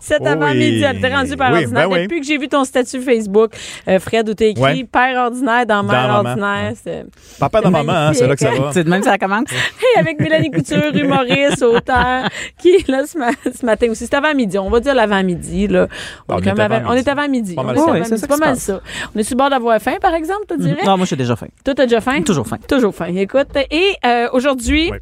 Speaker 3: Cet
Speaker 5: Oh
Speaker 3: avant-midi,
Speaker 5: oui.
Speaker 3: elle était rendue Père
Speaker 5: Oui,
Speaker 3: Ordinaire.
Speaker 5: ben oui.
Speaker 3: Depuis que j'ai vu ton statut Facebook, euh, Fred, où t'as écrit
Speaker 5: Ouais.
Speaker 3: Père Ordinaire dans
Speaker 5: Dans
Speaker 3: Mère
Speaker 5: Maman.
Speaker 3: Ordinaire. c'est-
Speaker 5: Papa dans maman, hein, c'est là que ça va.
Speaker 6: C'est de même que ça commence.
Speaker 3: Et avec Mélanie Couture, humoriste, auteur, qui est là ce, ma- ce matin aussi. C'est avant-midi, on va dire l'avant-midi. Là.
Speaker 5: Bon, on
Speaker 3: quand
Speaker 5: est
Speaker 3: même
Speaker 5: avant-midi.
Speaker 3: on est avant-midi.
Speaker 5: Pas mal
Speaker 3: On est
Speaker 5: ça.
Speaker 6: Ouais, c'est
Speaker 3: avant-midi,
Speaker 6: ça
Speaker 3: pas
Speaker 6: qui se
Speaker 3: mal
Speaker 6: passe.
Speaker 3: ça. On est sur le bord d'avoir faim, par exemple, tu dirais?
Speaker 6: Non, moi, j'ai déjà faim.
Speaker 3: Toi, t'as déjà faim?
Speaker 6: Toujours faim.
Speaker 3: Toujours faim. Écoute, et euh, aujourd'hui,
Speaker 5: Oui.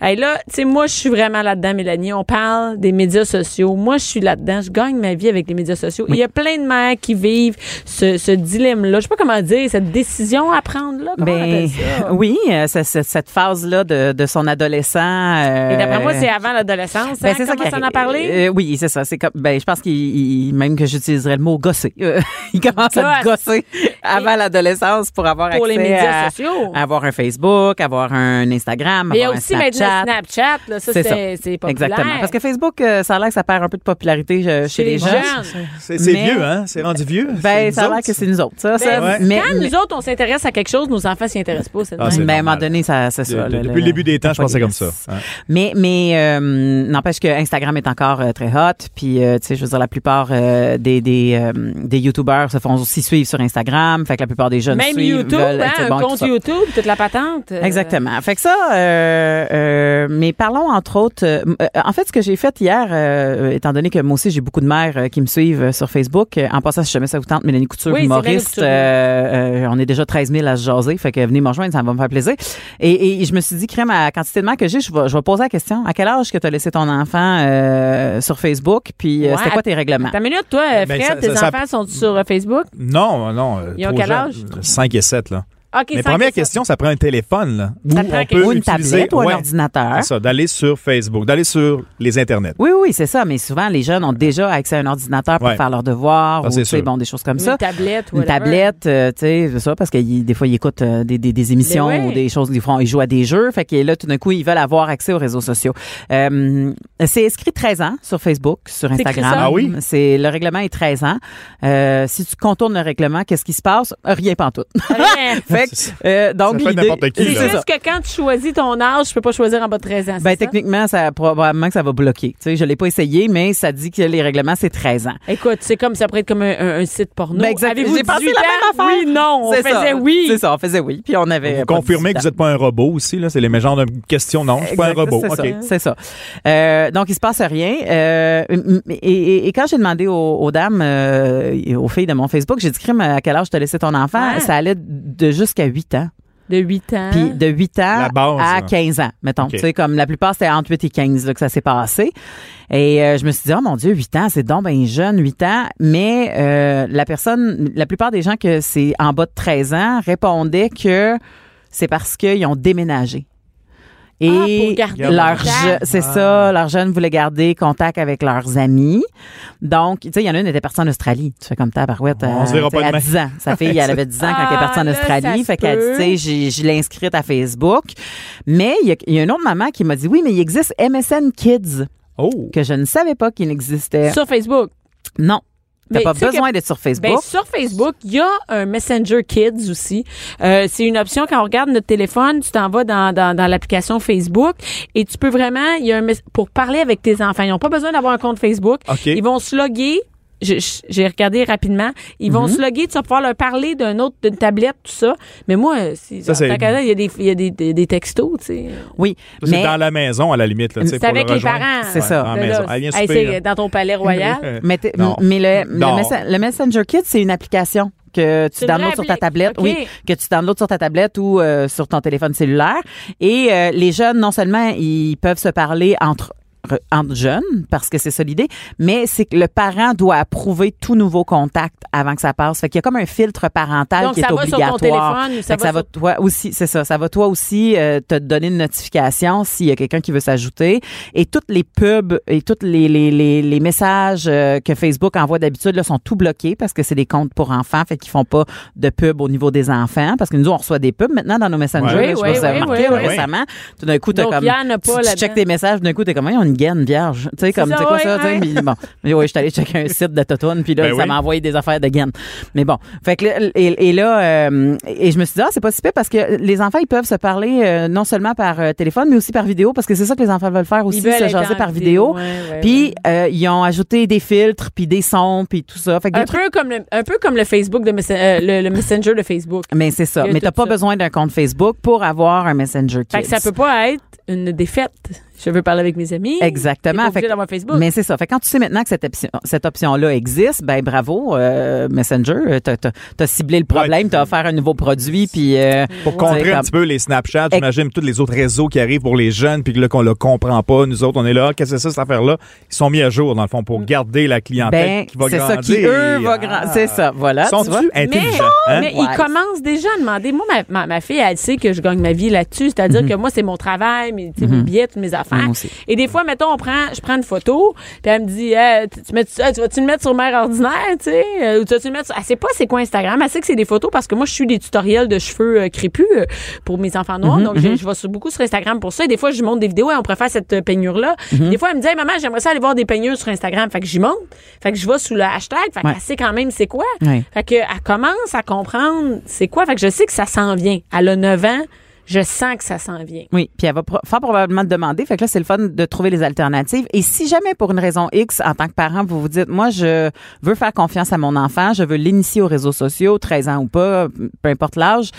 Speaker 3: hey, là, tu sais, moi, je suis vraiment là-dedans, Mélanie. On parle des médias sociaux. Moi, je suis là-dedans. Je gagne ma vie avec les médias sociaux. Il y a plein de mères qui vivent ce, ce dilemme-là. Je sais pas comment dire, cette décision à prendre, là. Comment on
Speaker 6: Ben,
Speaker 3: appelle ça?
Speaker 6: oui, euh, c'est- c'est- cette phase-là de, de son adolescent. euh,
Speaker 3: Et d'après moi, c'est avant l'adolescence.
Speaker 6: ben,
Speaker 3: hein,
Speaker 6: c'est ça
Speaker 3: commence
Speaker 6: qui
Speaker 3: à en
Speaker 6: arrive.
Speaker 3: parler.
Speaker 6: Euh, oui, c'est ça. C'est comme, ben, je pense qu'il, il- même que j'utiliserais le mot gosser. Euh, il commence à te
Speaker 3: Gosse.
Speaker 6: gosser avant l'adolescence pour avoir
Speaker 3: Pour les
Speaker 6: accès
Speaker 3: médias
Speaker 6: à-
Speaker 3: sociaux.
Speaker 6: à avoir un Facebook, avoir un Instagram,
Speaker 3: Mais il y a
Speaker 6: avoir
Speaker 3: aussi
Speaker 6: un
Speaker 3: maintenant
Speaker 6: Snapchat.
Speaker 3: Snapchat, là. Ça,
Speaker 6: C'est ça.
Speaker 3: c'est c'est populaire.
Speaker 6: Exactement. Parce que Facebook, euh, ça a l'air que ça perd un peu de popularité euh, chez,
Speaker 3: chez les
Speaker 6: gens.
Speaker 3: jeunes.
Speaker 5: C'est c'est
Speaker 6: Mais-
Speaker 5: vieux, hein? C'est rendu vieux. c'est
Speaker 6: Ben,
Speaker 5: nous
Speaker 6: ça a l'air
Speaker 5: autres.
Speaker 6: que c'est nous autres. Ça, ça.
Speaker 5: Ouais.
Speaker 6: Mais,
Speaker 3: Ben, Quand
Speaker 6: mais-
Speaker 3: nous autres, on s'intéresse à quelque chose, nos enfants s'y intéressent pas. C'est le
Speaker 5: Ah,
Speaker 3: même.
Speaker 5: c'est
Speaker 6: Mais à un moment
Speaker 5: normal.
Speaker 6: donné, ça, c'est
Speaker 5: De-
Speaker 6: ça.
Speaker 5: de- depuis le début des temps, je pensais comme ça. hein.
Speaker 6: Mais, mais euh, n'empêche que Instagram est encore euh, très hot. Puis, euh, tu sais, je veux dire, la plupart euh, des, des, euh, des YouTubers se font aussi suivre sur Instagram. Fait que la plupart des jeunes
Speaker 3: Même
Speaker 6: suivent,
Speaker 3: YouTube,
Speaker 6: veulent
Speaker 3: hein,
Speaker 6: être
Speaker 3: un
Speaker 6: bons et tout
Speaker 3: compte
Speaker 6: ça.
Speaker 3: YouTube, toute la patente. euh,
Speaker 6: Exactement. Fait que ça, euh, euh, mais parlons entre autres. euh, euh, en fait, ce que j'ai fait hier, euh, étant donné que moi aussi j'ai beaucoup de mères euh, qui me suivent euh, sur Facebook. euh, en passant, si jamais ça vous tente, Mélanie Couture,
Speaker 3: Oui, c'est Mélanie
Speaker 6: humoriste.
Speaker 3: Couture.
Speaker 6: euh, euh, on est déjà 13 000 à se jaser. Fait que venez me rejoindre, ça va me faire plaisir. Et, et je me suis dit, crème, à la quantité de mères que j'ai, je vais, je vais poser la question. À quel âge que tu as laissé ton enfant euh, sur Facebook? Puis euh,
Speaker 3: Ouais,
Speaker 6: c'était
Speaker 3: att-
Speaker 6: quoi tes règlements?
Speaker 3: Ta minute, toi, euh,
Speaker 5: Ben,
Speaker 3: Fred,
Speaker 5: ça-
Speaker 3: tes
Speaker 5: ça- ça-
Speaker 3: enfants sont sur euh, Facebook?
Speaker 5: Non, non. euh,
Speaker 3: Ils ont
Speaker 5: trop
Speaker 3: quel
Speaker 5: jeune.
Speaker 3: âge?
Speaker 5: 5 et 7, là.
Speaker 3: OK,
Speaker 5: Mais
Speaker 3: cinq
Speaker 5: première
Speaker 3: et sept.
Speaker 5: question, ça prend un téléphone, là. Où
Speaker 3: Ça prend
Speaker 5: on
Speaker 3: quelque-
Speaker 5: peut
Speaker 6: ou une
Speaker 5: utiliser...
Speaker 6: tablette ou un
Speaker 5: Ouais,
Speaker 6: ordinateur?
Speaker 5: C'est ça, d'aller sur Facebook, d'aller sur les internets.
Speaker 6: Oui, oui, c'est ça. Mais souvent, les jeunes ont déjà accès à un ordinateur pour
Speaker 5: Ouais.
Speaker 6: faire leurs devoirs
Speaker 5: Ça,
Speaker 6: ou
Speaker 5: c'est
Speaker 6: tu sais,
Speaker 5: sûr.
Speaker 6: bon, des choses comme
Speaker 3: Ou
Speaker 6: ça.
Speaker 3: Une tablette,
Speaker 6: Une
Speaker 3: whatever.
Speaker 6: tablette, euh, tu sais, c'est ça, parce que il- des fois, ils écoutent euh, des, des, des émissions
Speaker 5: Ben
Speaker 3: Mais ouais.
Speaker 6: ou des choses, ils, font, ils jouent à des jeux, fait que là, tout d'un coup, ils veulent avoir accès aux réseaux sociaux. Euh, c'est inscrit 13 ans sur Facebook, sur
Speaker 3: écrit
Speaker 6: Instagram.
Speaker 3: ça?
Speaker 5: Ah oui?
Speaker 6: C'est, le règlement est 13 ans. Euh, si tu contournes le règlement, qu'est-ce qui se passe? Rien pantoute.
Speaker 3: Rien.
Speaker 6: fait que, euh, donc,
Speaker 5: Ça peut être
Speaker 6: l'idée-
Speaker 5: n'importe qui,
Speaker 3: C'est
Speaker 5: Oui, là.
Speaker 6: c'est ça.
Speaker 3: juste que quand tu choisis ton âge, tu peux pas choisir en bas de 13 ans. c'est
Speaker 6: Ben,
Speaker 3: ça?
Speaker 6: techniquement, ça, probablement que ça va bloquer. Tu sais, je l'ai pas essayé, mais ça dit que les règlements, c'est 13 ans.
Speaker 3: Écoute, c'est comme ça pourrait être comme un, un- un site porno.
Speaker 6: Ben, exact.
Speaker 3: Avez-vous
Speaker 6: J'ai
Speaker 3: 18 ans?
Speaker 6: pensé la même affaire.
Speaker 3: Oui, non, on
Speaker 6: C'est ça.
Speaker 3: faisait oui.
Speaker 6: C'est ça, on faisait oui. Puis on avait.
Speaker 5: Vous
Speaker 6: pas de
Speaker 5: confirmez que vous
Speaker 6: dissidence.
Speaker 5: n'êtes pas un robot aussi, là? C'est les mêmes genres de questions. Non, je suis pas un
Speaker 6: Exact,
Speaker 5: robot.
Speaker 6: C'est
Speaker 5: OK.
Speaker 6: ça. c'est ça. Euh, donc, il se passe rien. Euh, et, et- et quand j'ai demandé aux, aux dames, euh, et aux filles de mon Facebook, j'ai dit, Crime, à quel âge t'as laissé ton enfant?
Speaker 3: Ouais. Hein?
Speaker 6: Ça allait de jusqu'à 8 ans.
Speaker 3: De 8 ans.
Speaker 6: Puis de 8 ans
Speaker 5: La base,
Speaker 6: à
Speaker 5: là.
Speaker 6: 15 ans, mettons.
Speaker 5: OK.
Speaker 6: Tu sais, comme la plupart, c'était entre 8 et 15 là, que ça s'est passé. Et euh, je me suis dit, oh mon Dieu, 8 ans, c'est donc ben jeune, 8 ans. Mais euh, la personne, la plupart des gens que c'est en bas de 13 ans répondaient que c'est parce qu'ils ont déménagé.
Speaker 3: Ah, pour
Speaker 6: Et
Speaker 3: garder
Speaker 6: leur
Speaker 3: contact.
Speaker 6: je- c'est
Speaker 5: Ah.
Speaker 6: ça, leurs jeunes voulaient garder contact avec leurs amis. Donc, tu sais, il y en a une qui était partie en Australie. Tu fais comme ta barouette.
Speaker 5: On se verra pas
Speaker 6: à
Speaker 5: demain.
Speaker 6: 10 ans. Sa fille, elle avait 10 ans quand elle est partie en
Speaker 3: Ah, là, ça
Speaker 6: Australie.
Speaker 3: se
Speaker 6: Fait qu'elle dit,
Speaker 3: peut.
Speaker 6: tu sais, j'ai- je l'ai inscrite à Facebook. Mais il y, a- il y a une autre maman qui m'a dit, oui, mais il existe MSN Kids,
Speaker 5: Oh!
Speaker 6: que je ne savais pas qu'il existait.
Speaker 3: Sur Facebook.
Speaker 6: Non. T'as
Speaker 3: Mais
Speaker 6: pas
Speaker 3: tu sais que-
Speaker 6: besoin d'être sur Facebook.
Speaker 3: Ben, sur Facebook, il y a un Messenger Kids aussi. Euh, c'est une option quand on regarde notre téléphone, tu t'en vas dans, dans, dans l'application Facebook et tu peux vraiment, il y a un mes- pour parler avec tes enfants. Ils n'ont pas besoin d'avoir un compte Facebook.
Speaker 5: OK.
Speaker 3: Ils vont se loguer. Je- je- J'ai regardé rapidement. Ils
Speaker 5: Mhm.
Speaker 3: vont se loguer, tu vas pouvoir leur parler d'un autre, d'une tablette, tout ça. Mais moi, si,
Speaker 5: Ça,
Speaker 3: en
Speaker 5: c'est-
Speaker 3: tant qu'adulte, il y a des, il y a des, des, des textos, tu sais.
Speaker 6: oui.
Speaker 5: Ça, C'est dans la maison, à la limite. là, tu sais,
Speaker 3: C'est
Speaker 5: pour
Speaker 3: avec
Speaker 5: le
Speaker 3: les
Speaker 5: rejoindre.
Speaker 3: parents.
Speaker 6: C'est ça.
Speaker 5: dans la
Speaker 3: Là,
Speaker 5: maison.
Speaker 3: là,
Speaker 5: Elle vient
Speaker 3: hey,
Speaker 5: souper, hein.
Speaker 3: c'est
Speaker 5: là.
Speaker 3: dans ton palais royal.
Speaker 5: Euh,
Speaker 6: Mais, t'es-
Speaker 5: Non.
Speaker 6: mais le, le
Speaker 5: Non.
Speaker 6: messen- le Messenger Kid, c'est une application que
Speaker 3: C'est
Speaker 6: tu
Speaker 3: une vraie
Speaker 6: downloads sur ta
Speaker 3: appli-
Speaker 6: tablette,
Speaker 3: OK.
Speaker 6: oui, que tu downloads sur ta tablette ou euh, sur ton téléphone cellulaire. Et euh, les jeunes, non seulement ils peuvent se parler entre re- entre jeunes, parce que c'est ça l'idée, mais c'est que le parent doit approuver tout nouveau contact avant que ça passe. Fait qu'il y a comme un filtre parental
Speaker 3: Donc,
Speaker 6: qui
Speaker 3: ça
Speaker 6: est
Speaker 3: va sur ton
Speaker 6: obligatoire.
Speaker 3: téléphone ou ça
Speaker 6: Fait que
Speaker 3: va
Speaker 6: ça va
Speaker 3: sur-
Speaker 6: toi aussi, c'est ça, ça va toi aussi euh, te donner une notification s'il y a quelqu'un qui veut s'ajouter. Et toutes les pubs et tous les, les, les, les messages euh, que Facebook envoie d'habitude là, sont tout bloqués parce que c'est des comptes pour enfants, fait qu'ils font pas de pubs au niveau des enfants parce que nous, on reçoit des pubs maintenant dans nos messengers.
Speaker 5: Ouais.
Speaker 6: là, je
Speaker 3: Oui,
Speaker 6: pense que vous avez
Speaker 3: oui,
Speaker 6: remarqué
Speaker 3: oui,
Speaker 6: là,
Speaker 5: oui.
Speaker 6: récemment. Tout d'un coup, t'as
Speaker 3: Donc,
Speaker 6: comme,
Speaker 3: il y en a
Speaker 6: tu,
Speaker 3: pas
Speaker 6: tu
Speaker 3: là-dedans.
Speaker 6: checkes tes messages, tout d'un coup, t'es comme, ils ont une gaine vierge. Tu sais, comme,
Speaker 3: ça,
Speaker 6: c'est quoi
Speaker 3: ouais,
Speaker 6: ça? tu sais,
Speaker 3: ouais.
Speaker 6: mais bon. Mais oui, je suis allée checker un site de Totoun, puis là,
Speaker 5: Ben
Speaker 6: ça
Speaker 5: oui.
Speaker 6: m'a envoyé des affaires de gaines. Mais bon. Fait que là, et, et là, euh, et je me suis dit, ah, c'est pas si pire parce que les enfants, ils peuvent se parler euh, non seulement par euh, téléphone, mais aussi par vidéo, parce que c'est ça que les enfants veulent faire aussi,
Speaker 3: Ils veulent
Speaker 6: se
Speaker 3: être
Speaker 6: jaser
Speaker 3: en
Speaker 6: par vidéo.
Speaker 3: ouais, ouais,
Speaker 6: Puis, euh, ils ont ajouté des filtres, puis des sons, puis tout ça. Fait que des
Speaker 3: Un
Speaker 6: trucs-
Speaker 3: peu, comme le, un peu comme le Facebook de Messen- euh, le, le Messenger de Facebook.
Speaker 6: Mais c'est ça.
Speaker 3: Il y a
Speaker 6: Mais
Speaker 3: tout
Speaker 6: t'as pas
Speaker 3: ça.
Speaker 6: besoin d'un compte Facebook pour avoir un Messenger Kids.
Speaker 3: Fait que ça peut pas être une défaite. Je veux parler avec mes amis.
Speaker 6: Exactement.
Speaker 3: T'es pas
Speaker 6: Fait
Speaker 3: obligé
Speaker 6: que-
Speaker 3: d'avoir Facebook.
Speaker 6: Mais c'est ça. Fait que quand tu sais maintenant que cette, option, cette option-là existe, ben bravo, euh, Messenger. euh, T'as, t'as- t'as ciblé le problème,
Speaker 5: Ouais.
Speaker 6: t'as offert un nouveau produit, puis... euh,
Speaker 5: Pour
Speaker 6: tu sais,
Speaker 5: contrer un
Speaker 6: comme-
Speaker 5: petit peu les Snapchat, j'imagine tous les autres réseaux qui arrivent pour les jeunes, puis que là, qu'on le comprend pas. Nous autres, on est là, Ah, qu'est-ce que c'est ça, cette affaire-là? Ils sont mis à jour, dans le fond, pour garder la clientèle
Speaker 6: Mm. Ben,
Speaker 5: qui va
Speaker 6: c'est
Speaker 5: grandir. Ah,
Speaker 6: ça qui, eux, va grandir. C'est ça, voilà. tu vois.
Speaker 5: Sont-tu intelligents? hein?
Speaker 3: Mais
Speaker 6: Ouais.
Speaker 3: ils commencent déjà à demander. Moi, ma, ma, ma fille, elle sait que je gagne ma vie là-dessus. C'est-à-dire que moi, c'est mon travail, mes, tu sais, mes billets, toutes mes affaires.
Speaker 6: Mm-hmm. Moi aussi.
Speaker 3: Et des fois, mettons, on prend, je prends une photo, puis elle me dit, Hey, tu, tu mets- tu- ah, tu vas-tu le mettre sur Mère Ordinaire, tu sais? euh, Ou tu vas-tu le mettre sur... Elle sait pas c'est quoi Instagram. Elle sait que c'est des photos parce que moi, je suis des tutoriels de cheveux euh, crépus euh, pour mes enfants noirs.
Speaker 6: Mm-hmm,
Speaker 3: donc, je- je vais sur- beaucoup sur Instagram pour ça. Et des fois, je lui montre des vidéos et on préfère cette euh, peignure-là.
Speaker 6: Mm-hmm.
Speaker 3: Des fois, elle me dit, Hey, maman, j'aimerais ça aller voir des peignures sur Instagram. Fait que j'y monte. Fait que je vais sous le hashtag. Fait
Speaker 6: Ouais.
Speaker 3: qu'elle sait quand même c'est quoi.
Speaker 6: Ouais.
Speaker 3: Fait que elle commence à comprendre c'est quoi. Fait que je sais que ça s'en vient. Elle a 9 ans, je sens que ça s'en vient.
Speaker 6: Oui, puis elle va pro- fort probablement te demander. Fait que là, c'est le fun de trouver les alternatives. Et si jamais, pour une raison X, en tant que parent, vous vous dites, moi, je veux faire confiance à mon enfant, je veux l'initier aux réseaux sociaux, 13 ans ou pas, peu importe l'âge,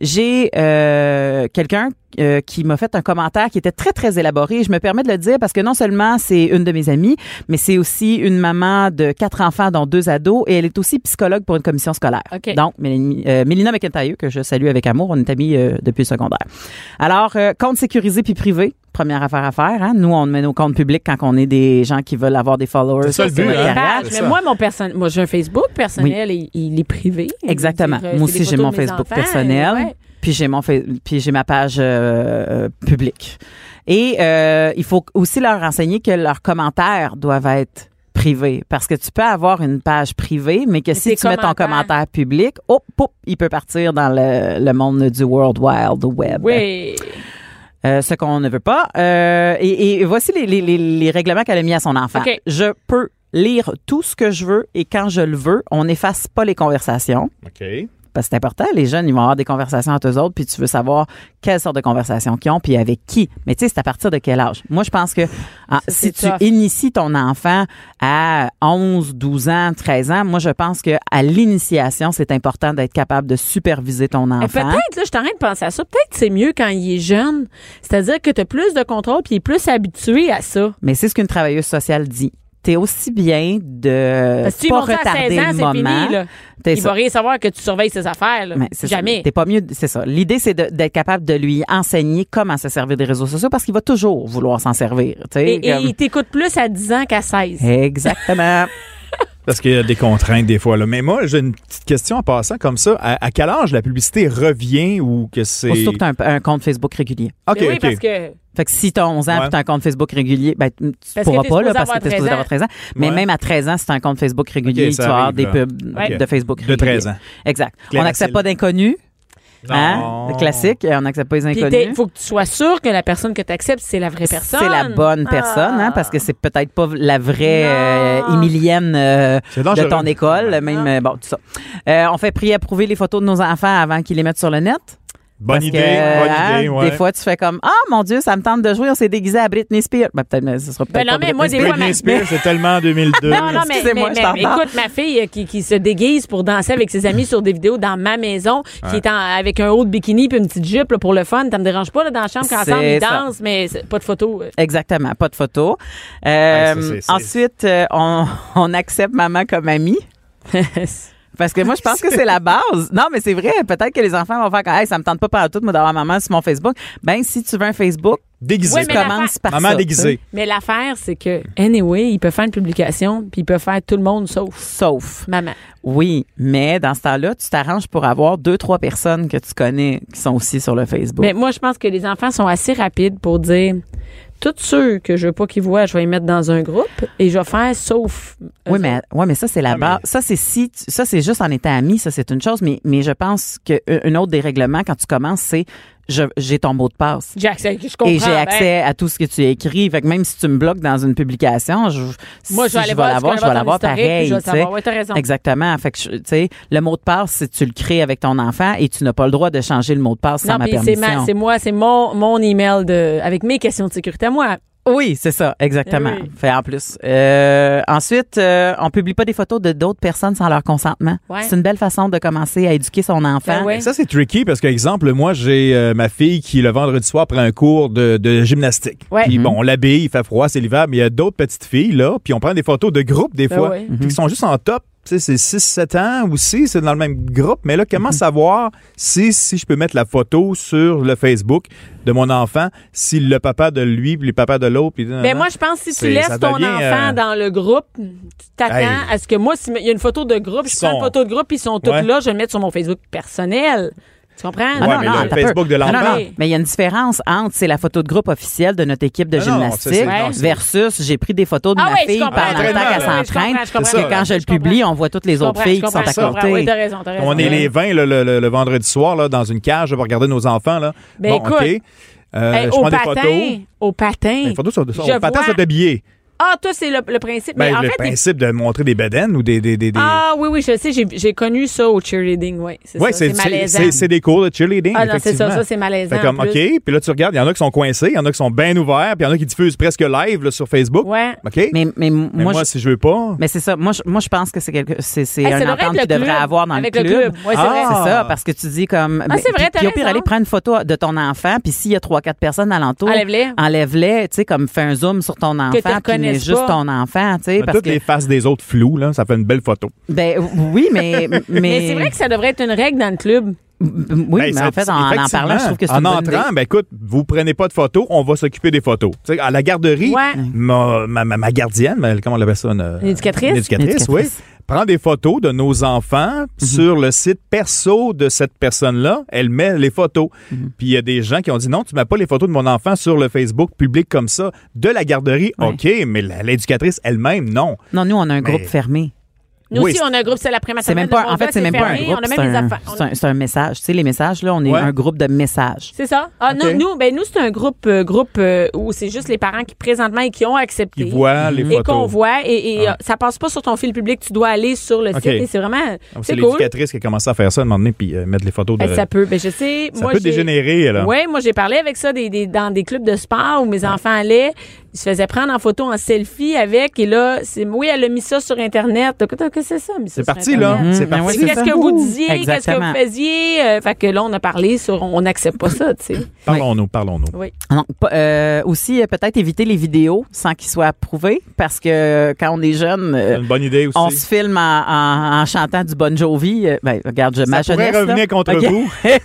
Speaker 6: j'ai euh, quelqu'un euh, qui m'a fait un commentaire qui était très, très élaboré. Je me permets de le dire parce que non seulement c'est une de mes amies, mais c'est aussi une maman de quatre enfants, dont deux ados, et elle est aussi psychologue pour une commission scolaire.
Speaker 3: OK.
Speaker 6: Donc, Mélanie- euh, Mélina McIntyre, que je salue avec amour, on est amis euh, depuis le secondaire. Alors, euh, compte sécurisé puis privé, première affaire à faire. Hein? Nous, on met nos comptes publics quand on est des gens qui veulent avoir des followers.
Speaker 5: C'est ça, le
Speaker 6: sur
Speaker 5: but,
Speaker 6: notre
Speaker 5: hein?
Speaker 6: carrière.
Speaker 3: Page.
Speaker 5: c'est
Speaker 3: Mais
Speaker 5: ça.
Speaker 3: euh, moi, mon personnel, moi, j'ai un Facebook personnel et il est privé.
Speaker 6: Exactement.
Speaker 3: Je veux dire, euh,
Speaker 6: Moi
Speaker 3: c'est
Speaker 6: aussi,
Speaker 3: des
Speaker 6: j'ai
Speaker 3: photos
Speaker 6: mon
Speaker 3: de mes
Speaker 6: Facebook
Speaker 3: enfants,
Speaker 6: personnel.
Speaker 3: ouais.
Speaker 6: Puis j'ai mon fa- puis j'ai ma page euh, euh, publique. Et euh, il faut aussi leur enseigner que leurs commentaires doivent être privés parce que tu peux avoir une page privée mais que
Speaker 3: Mais tes
Speaker 6: si tu mets ton
Speaker 3: commentaires-
Speaker 6: commentaire public, oh, poup, il peut partir dans le, le monde du World Wild Web.
Speaker 3: Oui.
Speaker 6: Euh, ce qu'on ne veut pas. Euh, et, et voici les, les- les- les règlements qu'elle a mis à son enfant.
Speaker 3: OK.
Speaker 6: Je peux lire tout ce que je veux et quand je le veux, on n'efface pas les conversations.
Speaker 5: OK.
Speaker 6: Parce que c'est important, les jeunes, ils vont avoir des conversations entre eux autres, puis tu veux savoir quelle sorte de conversation qu'ils ont, puis avec qui. Mais tu sais, c'est à partir de quel âge? Moi, je pense que ah,
Speaker 3: c'est
Speaker 6: si tu
Speaker 3: tough.
Speaker 6: inities ton enfant à 11, 12 ans, 13 ans, moi, je pense que à l'initiation, c'est important d'être capable de superviser ton
Speaker 3: Et
Speaker 6: enfant.
Speaker 3: Euh, Peut-être, là, je suis en train de penser à ça. Peut-être que c'est mieux quand il est jeune. C'est-à-dire que tu as plus de contrôle puis il est plus habitué à ça.
Speaker 6: Mais c'est ce qu'une travailleuse sociale dit. T'es aussi bien de
Speaker 3: Parce que si
Speaker 6: pas
Speaker 3: montes à 16
Speaker 6: retarder
Speaker 3: ans,
Speaker 6: le
Speaker 3: c'est
Speaker 6: moment.
Speaker 3: fini. Là.
Speaker 6: T'es
Speaker 3: Il va rien savoir que tu surveilles ses affaires. là.
Speaker 6: Mais c'est ça.
Speaker 3: Jamais.
Speaker 6: T'es pas mieux, c'est ça. L'idée, c'est de- d'être capable de lui enseigner comment se servir des réseaux sociaux parce qu'il va toujours vouloir s'en servir. tu sais,
Speaker 3: Et, et
Speaker 6: comme-
Speaker 3: Ben il t'écoute plus à 10 ans qu'à 16.
Speaker 6: Exactement.
Speaker 5: Parce qu'il y a des contraintes des fois. Là. Mais moi, j'ai une petite question en passant comme ça. À, à quel âge la publicité revient ou que c'est.
Speaker 6: Aussitôt que tu as un, un compte Facebook régulier.
Speaker 5: OK,
Speaker 3: Mais oui,
Speaker 5: OK.
Speaker 3: parce que
Speaker 6: Fait que si t'as 11 ans
Speaker 5: Ouais.
Speaker 6: et t'as un compte Facebook régulier, ben, tu
Speaker 3: Parce
Speaker 6: pourras
Speaker 3: que t'es
Speaker 6: pas, là,
Speaker 3: supposé
Speaker 6: parce que
Speaker 3: avoir
Speaker 6: t'es supposé
Speaker 3: 13 ans.
Speaker 6: avoir 13 ans. Mais
Speaker 5: Ouais.
Speaker 6: même à 13 ans, si t'as un compte Facebook régulier,
Speaker 5: Ok,
Speaker 6: tu
Speaker 5: ça
Speaker 6: vas avoir
Speaker 5: arrive,
Speaker 6: des
Speaker 5: là.
Speaker 6: pubs
Speaker 5: Ouais.
Speaker 6: de Facebook
Speaker 5: De
Speaker 6: régulier.
Speaker 5: 13 ans.
Speaker 6: Exact.
Speaker 5: Claire,
Speaker 6: on
Speaker 5: c'est-
Speaker 6: n'accepte pas d'inconnus, hein?
Speaker 5: Non.
Speaker 6: Classique, on n'accepte pas les
Speaker 3: Puis t'es-
Speaker 6: inconnus.
Speaker 3: faut que tu sois sûr que la personne que tu acceptes, c'est la vraie personne.
Speaker 6: C'est la bonne personne, hein, parce que c'est peut-être pas la vraie euh,
Speaker 3: Ah. Non.
Speaker 6: Émilienne euh,
Speaker 5: C'est dangereux.
Speaker 6: de ton école, même euh, bon tout ça. Euh, on fait prier à prouver les photos de nos enfants avant qu'ils les mettent sur le net.
Speaker 5: Bonne
Speaker 6: Parce
Speaker 5: idée,
Speaker 6: que,
Speaker 5: bonne
Speaker 6: hein,
Speaker 5: idée, ouais.
Speaker 6: Des fois, tu fais comme Ah, mon Dieu, ça me tente de jouer, on s'est déguisé à Britney Spears. Ben, peut-être, mais ce sera
Speaker 3: Ben
Speaker 6: peut-être.
Speaker 3: non,
Speaker 6: pas
Speaker 3: mais
Speaker 6: Britney
Speaker 3: moi, des fois,
Speaker 6: Spears.
Speaker 5: Britney Spears, c'est tellement 2002.
Speaker 3: Non, non, mais,
Speaker 6: Excusez-moi,
Speaker 3: mais-
Speaker 6: je t'en
Speaker 3: mais-
Speaker 6: parle.
Speaker 3: écoute, ma fille euh, qui, qui se déguise pour danser avec ses amis sur des vidéos dans ma maison, qui est en- avec un haut de bikini puis une petite jupe là, pour le fun, ça me dérange pas là, dans la chambre quand
Speaker 6: C'est
Speaker 3: ensemble ils
Speaker 6: ça.
Speaker 3: dansent, mais c'est- pas de photo. euh.
Speaker 6: Exactement, pas de photo. Euh,
Speaker 5: Ouais, ça, Ah, c'est- c'est-
Speaker 6: ensuite, euh, on, on accepte maman comme amie. Parce que moi, je pense que c'est la base. Non, mais c'est vrai. Peut-être que les enfants vont faire comme, hey, ça me tente pas partout, moi, d'avoir maman sur mon Facebook. Ben, si tu veux un Facebook,
Speaker 5: Déguisé.
Speaker 3: Ouais,
Speaker 6: tu
Speaker 3: mais la
Speaker 6: commences
Speaker 3: fa-
Speaker 6: par
Speaker 5: Maman
Speaker 6: ça.
Speaker 5: déguisée.
Speaker 3: mais l'affaire, c'est que, anyway, ils peuvent faire une publication puis ils peuvent faire tout le monde sauf
Speaker 6: Sauf.
Speaker 3: maman.
Speaker 6: Oui, mais dans ce temps-là, tu t'arranges pour avoir deux, trois personnes que tu connais qui sont aussi sur le Facebook.
Speaker 3: Mais moi, je pense que les enfants sont assez rapides pour dire tous ceux que je veux pas qu'ils voient, je vais les mettre dans un groupe et je vais faire sauf. euh, eux
Speaker 6: Oui, mais, ouais, mais ça, c'est la
Speaker 5: Ah, mais-
Speaker 6: base. Ça, c'est si, tu- ça, c'est juste en étant ami, ça, c'est une chose, mais, mais je pense qu'un autre des règlements, quand tu commences, c'est je- j'ai ton mot de passe.
Speaker 3: J'ai accès, je comprends.
Speaker 6: Et j'ai
Speaker 3: ben,
Speaker 6: accès à tout ce que tu as écrit. Fait que même si tu me bloques dans une publication, je,
Speaker 3: moi,
Speaker 6: si
Speaker 3: je vais aller voir,
Speaker 6: la
Speaker 3: ce
Speaker 6: voir,
Speaker 3: qu'on
Speaker 6: je vais
Speaker 3: va
Speaker 6: la
Speaker 3: dans
Speaker 6: voir
Speaker 3: l'historique, puis
Speaker 6: pareil.
Speaker 3: Je vais
Speaker 6: tu sais.
Speaker 3: savoir. Ouais, t'as raison.
Speaker 6: Exactement. Fait que, je- tu sais, le mot de passe, si tu le crées avec ton enfant et tu n'as pas le droit de changer le mot de passe sans
Speaker 3: Non,
Speaker 6: ma
Speaker 3: puis c'est ma-
Speaker 6: permission.
Speaker 3: c'est moi, c'est mon, mon email de, avec mes questions de sécurité à moi.
Speaker 6: Oui, c'est ça, exactement.
Speaker 3: Eh oui.
Speaker 6: Fait en plus. Euh, ensuite, euh, on publie pas des photos de d'autres personnes sans leur consentement.
Speaker 3: Ouais.
Speaker 6: C'est une belle façon de commencer à éduquer son enfant.
Speaker 3: Ben ouais.
Speaker 5: Ça, c'est tricky parce que, exemple, moi, j'ai euh, ma fille qui, le vendredi soir, prend un cours de, de gymnastique.
Speaker 3: Ouais.
Speaker 5: Puis
Speaker 3: Mhm.
Speaker 5: bon, on l'habille, il fait froid, c'est l'hiver, mais il y a d'autres petites filles, là, puis on prend des photos de groupe, des
Speaker 3: Ben
Speaker 5: fois,
Speaker 3: ouais.
Speaker 5: puis qui sont juste en top. Tu sais, c'est 6-7 ans aussi, c'est dans le même groupe. Mais là, comment savoir si, si je peux mettre la photo sur le Facebook de mon enfant, si le papa de lui, puis le papa de l'autre, puis...
Speaker 3: Ben moi, je pense que si
Speaker 5: C'est-
Speaker 3: tu laisses
Speaker 5: ça
Speaker 3: ton
Speaker 5: devient,
Speaker 3: enfant
Speaker 5: euh,
Speaker 3: dans le groupe, tu t'attends
Speaker 5: Hey.
Speaker 3: à ce que moi, s'il y a une photo de groupe, je
Speaker 5: Ils
Speaker 3: prends une
Speaker 5: sont-
Speaker 3: photo de groupe, puis ils sont tous
Speaker 5: Ouais.
Speaker 3: là, je vais le mettre sur mon Facebook personnel. Tu comprends?
Speaker 5: Ouais, mais le
Speaker 3: je-
Speaker 6: attends un
Speaker 5: Facebook
Speaker 6: peu.
Speaker 5: de
Speaker 6: Ah Non, non,
Speaker 5: l'enfant.
Speaker 6: non. Mais il y a une différence entre c'est la photo de groupe officielle de notre équipe de
Speaker 5: Ah non, ça,
Speaker 6: gymnastique
Speaker 5: c'est- non, c'est-
Speaker 6: versus j'ai pris des photos de
Speaker 3: Ah
Speaker 6: ma
Speaker 3: ouais, je
Speaker 6: fille
Speaker 3: comprends.
Speaker 6: pendant le temps
Speaker 5: Ah,
Speaker 6: qu'elle
Speaker 5: je comprends,
Speaker 6: s'entraîne.
Speaker 3: je comprends,
Speaker 6: que
Speaker 5: je comprends.
Speaker 6: quand je le
Speaker 3: Je comprends.
Speaker 6: publie, on voit toutes les
Speaker 3: je
Speaker 6: autres
Speaker 3: comprends,
Speaker 6: filles
Speaker 3: je
Speaker 6: qui sont à
Speaker 3: comprends, je comprends. Oui,
Speaker 6: côté.
Speaker 3: t'as raison, t'as raison.
Speaker 5: On est les 20 là, le, le- le vendredi soir là, dans une cage là, pour regarder nos enfants. Là.
Speaker 3: Ben,
Speaker 5: bon,
Speaker 3: écoute.
Speaker 5: OK. Euh,
Speaker 3: Hey,
Speaker 5: je
Speaker 3: au
Speaker 5: prends des
Speaker 3: patin,
Speaker 5: photos.
Speaker 3: au patin.
Speaker 5: Ben, Les photos sont, sont
Speaker 3: Hum. Je
Speaker 5: au patin,
Speaker 3: vois-
Speaker 5: sont habillés.
Speaker 3: Ah, toi, c'est le, le principe.
Speaker 5: Ben,
Speaker 3: mais en
Speaker 5: le
Speaker 3: fait, t'es-
Speaker 5: principe de montrer des bedaines ou des... des, des, des-
Speaker 3: Ah oui, oui, je sais, j'ai- j'ai connu ça au cheerleading, oui. C'est
Speaker 5: Ouais,
Speaker 3: ça, c'est
Speaker 5: c'est- c'est
Speaker 3: malaisant.
Speaker 5: c'est- c'est des cours de cheerleading,
Speaker 3: Ah non, c'est ça,
Speaker 5: effectivement.
Speaker 3: ça, c'est malaisant.
Speaker 5: Fait comme,
Speaker 3: en
Speaker 5: OK,
Speaker 3: plus.
Speaker 5: puis là, tu regardes, il y en a qui sont coincés, il y en a qui sont bien ouverts, puis il y en a qui diffusent presque live là, sur Facebook.
Speaker 3: Ouais.
Speaker 5: OK?
Speaker 6: Mais, mais moi,
Speaker 5: Mais moi,
Speaker 6: je-
Speaker 5: si je veux pas...
Speaker 6: Mais c'est ça. Moi, je, moi, je pense que c'est quelque, c'est, c'est
Speaker 3: Hey,
Speaker 6: un
Speaker 3: c'est le
Speaker 6: entente
Speaker 3: règle
Speaker 6: qu'il devrait
Speaker 3: club,
Speaker 6: avoir dans
Speaker 3: avec
Speaker 6: le
Speaker 3: le
Speaker 6: club. Ah,
Speaker 3: club. Ouais, c'est vrai.
Speaker 6: c'est ça, parce que tu dis comme.
Speaker 3: Ah, c'est vrai, t'as
Speaker 6: Puis, puis au pire,
Speaker 3: raison.
Speaker 6: allez prendre une photo de ton enfant, puis s'il y a trois, quatre personnes alentour,
Speaker 3: Enlève-les.
Speaker 6: Enlève-les, tu sais, comme fais un zoom sur ton enfant,
Speaker 3: tu
Speaker 6: puis mets
Speaker 3: reconnaisses
Speaker 6: juste
Speaker 3: pas.
Speaker 6: ton enfant, tu sais, parce
Speaker 5: Toutes
Speaker 6: que.
Speaker 5: les faces des autres floues, là, ça fait une belle photo.
Speaker 6: Ben oui, mais. mais,
Speaker 3: Mais c'est vrai que ça devrait être une règle dans le club.
Speaker 6: M- Oui,
Speaker 5: Ben,
Speaker 6: mais
Speaker 5: ça-
Speaker 6: en fait, en, en
Speaker 5: effectivement,
Speaker 6: parlant, je trouve que c'est
Speaker 5: En
Speaker 6: une bonne idée.
Speaker 5: entrant, ben écoute, vous prenez pas de photos, on va s'occuper des photos. Tu sais, à la garderie,
Speaker 3: Ouais.
Speaker 5: ma, ma- ma- ma gardienne, mais comment on l'appelle ça? Une,
Speaker 3: Une éducatrice?
Speaker 5: Une éducatrice,
Speaker 6: Une
Speaker 5: oui.
Speaker 6: éducatrice.
Speaker 5: Prend des photos de nos enfants
Speaker 6: Mm-hmm.
Speaker 5: sur le site perso de cette personne-là. Elle met les photos.
Speaker 6: Mm-hmm.
Speaker 5: Puis il y a des gens qui ont dit non, tu mets pas les photos de mon enfant sur le Facebook public comme ça de la garderie.
Speaker 6: Ouais.
Speaker 5: OK, mais la- l'éducatrice elle-même, non.
Speaker 6: Non, nous, on a un
Speaker 5: Mais-
Speaker 6: groupe fermé.
Speaker 3: Nous
Speaker 5: Oui,
Speaker 3: aussi,
Speaker 5: c'est-
Speaker 3: on a un groupe, c'est l'après-matin.
Speaker 6: C'est même pas, en fait, c'est même pas un groupe.
Speaker 3: On a
Speaker 6: C'est
Speaker 3: même des
Speaker 6: un,
Speaker 3: affaires.
Speaker 6: c'est un- c'est un message. Tu sais, les messages, là, on est
Speaker 5: Ouais.
Speaker 6: un groupe de messages.
Speaker 3: C'est ça. Ah,
Speaker 5: Ok.
Speaker 3: nous, nous, ben, nous c'est un groupe, euh, groupe euh, où c'est juste les parents qui présentement et qui ont accepté.
Speaker 5: Ils voient les
Speaker 3: et qu'on
Speaker 5: photos. Ah.
Speaker 3: voit. Et, et, euh, ça passe pas sur ton fil public. Tu dois aller sur le
Speaker 5: Ok.
Speaker 3: site. Et c'est vraiment.
Speaker 5: Donc, C'est
Speaker 3: C'est cool.
Speaker 5: l'éducatrice qui a commencé à faire ça à un moment donné, puis euh, mettre les photos de.
Speaker 3: Ben, ça peut. Ben, je sais.
Speaker 5: Ça
Speaker 3: moi,
Speaker 5: peut
Speaker 3: j'ai-
Speaker 5: dégénérer, là.
Speaker 3: Oui, moi, j'ai parlé avec ça des, des- dans des clubs de sport où mes enfants allaient. Ils se faisaient prendre en photo, en selfie avec. Et là, c'est oui, elle a mis ça sur Internet. Donc, Qu'est-ce que c'est ça? mis ça
Speaker 5: C'est
Speaker 3: sur
Speaker 5: parti,
Speaker 3: Internet?
Speaker 5: là.
Speaker 6: Mhm.
Speaker 5: C'est
Speaker 6: Ben ouais,
Speaker 5: parti.
Speaker 6: c'est
Speaker 3: Qu'est-ce
Speaker 6: ça.
Speaker 3: que vous disiez? Qu'est-ce que
Speaker 6: Exactement.
Speaker 3: vous faisiez? Euh, fait que là, on a parlé sur on n'accepte pas ça,
Speaker 6: Euh,
Speaker 3: tu sais.
Speaker 5: Parlons-nous, parlons-nous.
Speaker 6: Non, pas- euh, aussi, euh, peut-être éviter les vidéos sans qu'ils soient approuvés, parce que euh, quand on est jeune, euh,
Speaker 5: C'est une bonne idée aussi.
Speaker 6: on se filme en, en- en chantant du Bon Jovi. Euh, Ben, regarde, je, ma
Speaker 5: ça pourrait
Speaker 6: jeunesse, là.
Speaker 5: revenir contre
Speaker 6: Ok.
Speaker 5: vous. Ben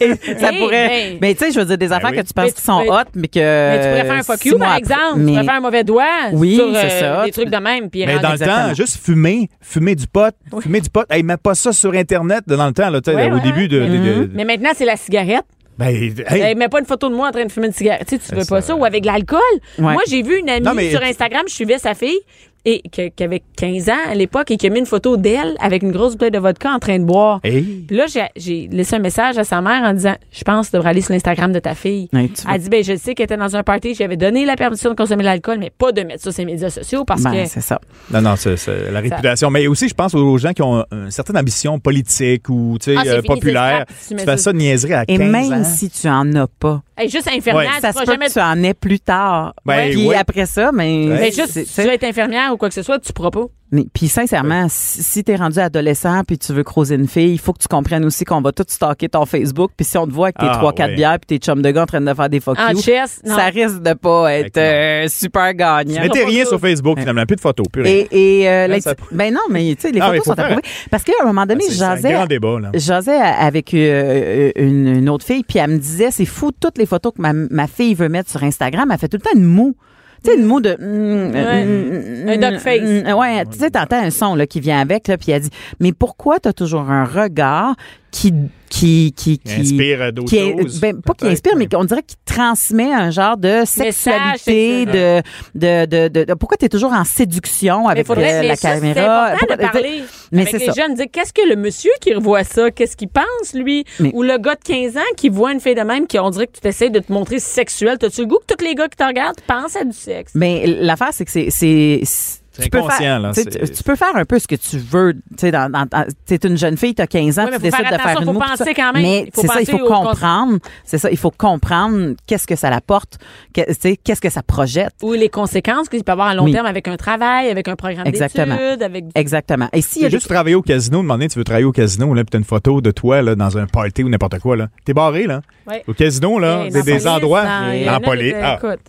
Speaker 6: Et ça
Speaker 3: Hey,
Speaker 6: pourrait.
Speaker 3: hey.
Speaker 6: Mais tu sais, je veux dire, des affaires
Speaker 5: oui.
Speaker 6: que tu penses
Speaker 3: Mais
Speaker 6: qu'ils sont
Speaker 3: tu- mais-
Speaker 6: hot, mais que.
Speaker 3: Mais tu pourrais faire un fuck
Speaker 6: six
Speaker 3: you,
Speaker 6: mois
Speaker 3: par
Speaker 6: après-
Speaker 3: exemple. exemple.
Speaker 6: Mais-
Speaker 3: Tu préfères un mauvais doigt
Speaker 6: Oui,
Speaker 3: sur euh,
Speaker 6: c'est ça.
Speaker 3: des trucs de même. Puis
Speaker 5: Mais
Speaker 3: rendre-
Speaker 5: dans le temps,
Speaker 6: exactement.
Speaker 5: juste fumer, fumer du pot, fumer du pot. Hey, mets pas ça sur Internet dans le temps, là, tu sais,
Speaker 3: Ouais,
Speaker 5: au
Speaker 3: ouais,
Speaker 5: début de.
Speaker 6: Mm-hmm.
Speaker 5: de- de-
Speaker 3: Mais maintenant, c'est la cigarette.
Speaker 5: ben, hey,
Speaker 3: Hey, mets pas une photo de moi en train de fumer une cigarette. Tu, sais, tu veux
Speaker 5: ça,
Speaker 3: pas ça. Ou avec l'alcool.
Speaker 6: Ben, Ouais.
Speaker 3: Moi, j'ai vu une amie
Speaker 5: Non, mais-
Speaker 3: sur Instagram, je suivais sa fille, et que- qui avait 15 ans à l'époque, et qui a mis une photo d'elle avec une grosse bouteille de vodka en train de boire.
Speaker 5: hey,
Speaker 3: Puis là, j'ai- j'ai laissé un message à sa mère en disant Je pense que tu devrais aller sur l'Instagram de ta fille.
Speaker 6: Ouais, tu vois.
Speaker 3: Elle dit ben, Je sais qu'elle était dans un party, j'avais donné la permission de consommer de l'alcool, mais pas de mettre ça sur ses médias sociaux parce
Speaker 6: Ben,
Speaker 3: que.
Speaker 6: c'est ça.
Speaker 5: Non, non, c'est c'est la réputation. Mais aussi, je pense aux gens qui ont une certaine ambition politique ou tu sais,
Speaker 3: Ah, c'est
Speaker 5: euh,
Speaker 3: fini,
Speaker 5: populaire.
Speaker 3: c'est scrap, tu
Speaker 5: Tu
Speaker 3: mets
Speaker 5: fais
Speaker 3: ça.
Speaker 5: ça de niaiserie à
Speaker 6: Et
Speaker 5: 15
Speaker 6: même
Speaker 5: ans.
Speaker 6: si tu en as pas,
Speaker 3: Hey, juste infernal,
Speaker 5: Ouais.
Speaker 3: Ah, tu
Speaker 6: ça
Speaker 3: pourras
Speaker 6: se peut
Speaker 3: jamais.
Speaker 6: que tu en aies plus tard.
Speaker 5: Ben,
Speaker 6: Puis
Speaker 5: ouais.
Speaker 6: après ça,
Speaker 5: Ouais.
Speaker 6: mais.
Speaker 3: Mais
Speaker 6: c'est-
Speaker 3: juste, si
Speaker 6: c'est-
Speaker 3: tu veux être infirmière ou quoi que ce soit, tu pourras pas.
Speaker 6: mais- Puis sincèrement, si, si t'es rendu adolescent puis tu veux croiser une fille, il faut que tu comprennes aussi qu'on va tout stocker ton Facebook. Puis si on te voit avec tes
Speaker 5: Ah,
Speaker 6: trois, quatre
Speaker 5: ouais.
Speaker 6: bières puis tes chums de gars en train de faire des fuck
Speaker 3: En
Speaker 6: you,
Speaker 3: chess, Ah, non.
Speaker 6: ça risque de pas être euh, super gagnant.
Speaker 5: Mettez rien sur Facebook, finalement, plus de photos, plus rien.
Speaker 6: Et, et euh,
Speaker 5: Là,
Speaker 6: la-
Speaker 5: ça-
Speaker 6: ben non, mais tu sais, les
Speaker 5: Ah, mais
Speaker 6: photos
Speaker 5: faut
Speaker 6: sont
Speaker 5: faire- Ah,
Speaker 6: approuvées. Parce qu'à un moment donné,
Speaker 5: C'est- c'est un
Speaker 6: j'asais
Speaker 5: grand débat,
Speaker 3: Ah.
Speaker 5: là.
Speaker 6: J'osais avec euh, une, une autre fille, puis elle me disait, c'est fou, toutes les photos que ma, ma fille veut mettre sur Instagram, elle fait tout le temps une moue. Tu sais, une moue de... mm,
Speaker 3: Ouais.
Speaker 6: mm, mm,
Speaker 3: Un dog
Speaker 6: mm,
Speaker 3: face.
Speaker 6: mm, ouais, tu sais, t'entends un son là, qui vient avec, là, puis elle dit, mais pourquoi t'as toujours un regard qui... qui, qui, qui
Speaker 5: Qui inspire d'autres
Speaker 6: qui est-
Speaker 5: choses.
Speaker 6: ben, pas qui
Speaker 5: peut-être,
Speaker 6: inspire, mais
Speaker 5: mais-
Speaker 6: on dirait qu'il transmet un genre de sexualité, de,
Speaker 3: sexuel.
Speaker 6: de, de, de, de- Pourquoi tu es toujours en séduction
Speaker 3: Mais
Speaker 6: avec
Speaker 3: faudrait
Speaker 6: euh, la
Speaker 3: mais ça, C'est
Speaker 6: caméra?
Speaker 3: important
Speaker 6: Pourquoi-
Speaker 3: de parler
Speaker 6: mais
Speaker 3: avec
Speaker 6: c'est
Speaker 3: les
Speaker 6: ça.
Speaker 3: jeunes, dire qu'est-ce que le monsieur qui revoit ça, qu'est-ce qu'il pense, lui?
Speaker 6: Mais-
Speaker 3: Ou le gars de 15 ans qui voit une fille de même, qui on dirait que tu t'essayes de te montrer sexuel. T'as-tu le goût que tous les gars qui te regardent pensent à du sexe?
Speaker 6: Mais l'affaire, c'est que c'est. c'est- c'est-
Speaker 5: C'est
Speaker 6: tu peux,
Speaker 5: inconscient,
Speaker 6: faire,
Speaker 5: là,
Speaker 6: tu sais,
Speaker 5: c'est-
Speaker 6: tu- tu peux faire un peu ce que tu veux. Tu sais, dans, dans- dans- t'es une jeune fille, t'as 15 ans,
Speaker 3: Oui, mais
Speaker 6: tu
Speaker 3: faut faire
Speaker 6: décides de faire
Speaker 3: attention,
Speaker 6: une
Speaker 3: faut
Speaker 6: moue, tout
Speaker 3: penser
Speaker 6: ça.
Speaker 3: quand même,
Speaker 6: Mais
Speaker 3: faut
Speaker 6: c'est ça, il
Speaker 3: penser
Speaker 6: faut
Speaker 3: au cons-
Speaker 6: comprendre. C'est ça, il faut comprendre qu'est-ce que ça l'apporte, que- tu sais, qu'est-ce que ça projette.
Speaker 3: Ou les conséquences qu'il peut avoir à long
Speaker 6: Oui.
Speaker 3: terme avec un travail, avec un programme
Speaker 6: Exactement.
Speaker 3: d'études, avec du
Speaker 6: Exactement. Et s'il y a
Speaker 5: T'as
Speaker 6: des
Speaker 5: juste travaillé au casino, demander tu veux travailler au casino, là, puis t'as une photo de toi là, dans un party ou n'importe quoi. là. T'es barré, là.
Speaker 3: Ouais.
Speaker 5: Au casino, là,
Speaker 3: Eh,
Speaker 5: des,
Speaker 3: dans
Speaker 5: des
Speaker 3: police,
Speaker 5: endroits.
Speaker 3: dans- il y en a
Speaker 5: En
Speaker 3: des-
Speaker 5: police. Ah.
Speaker 3: écoute.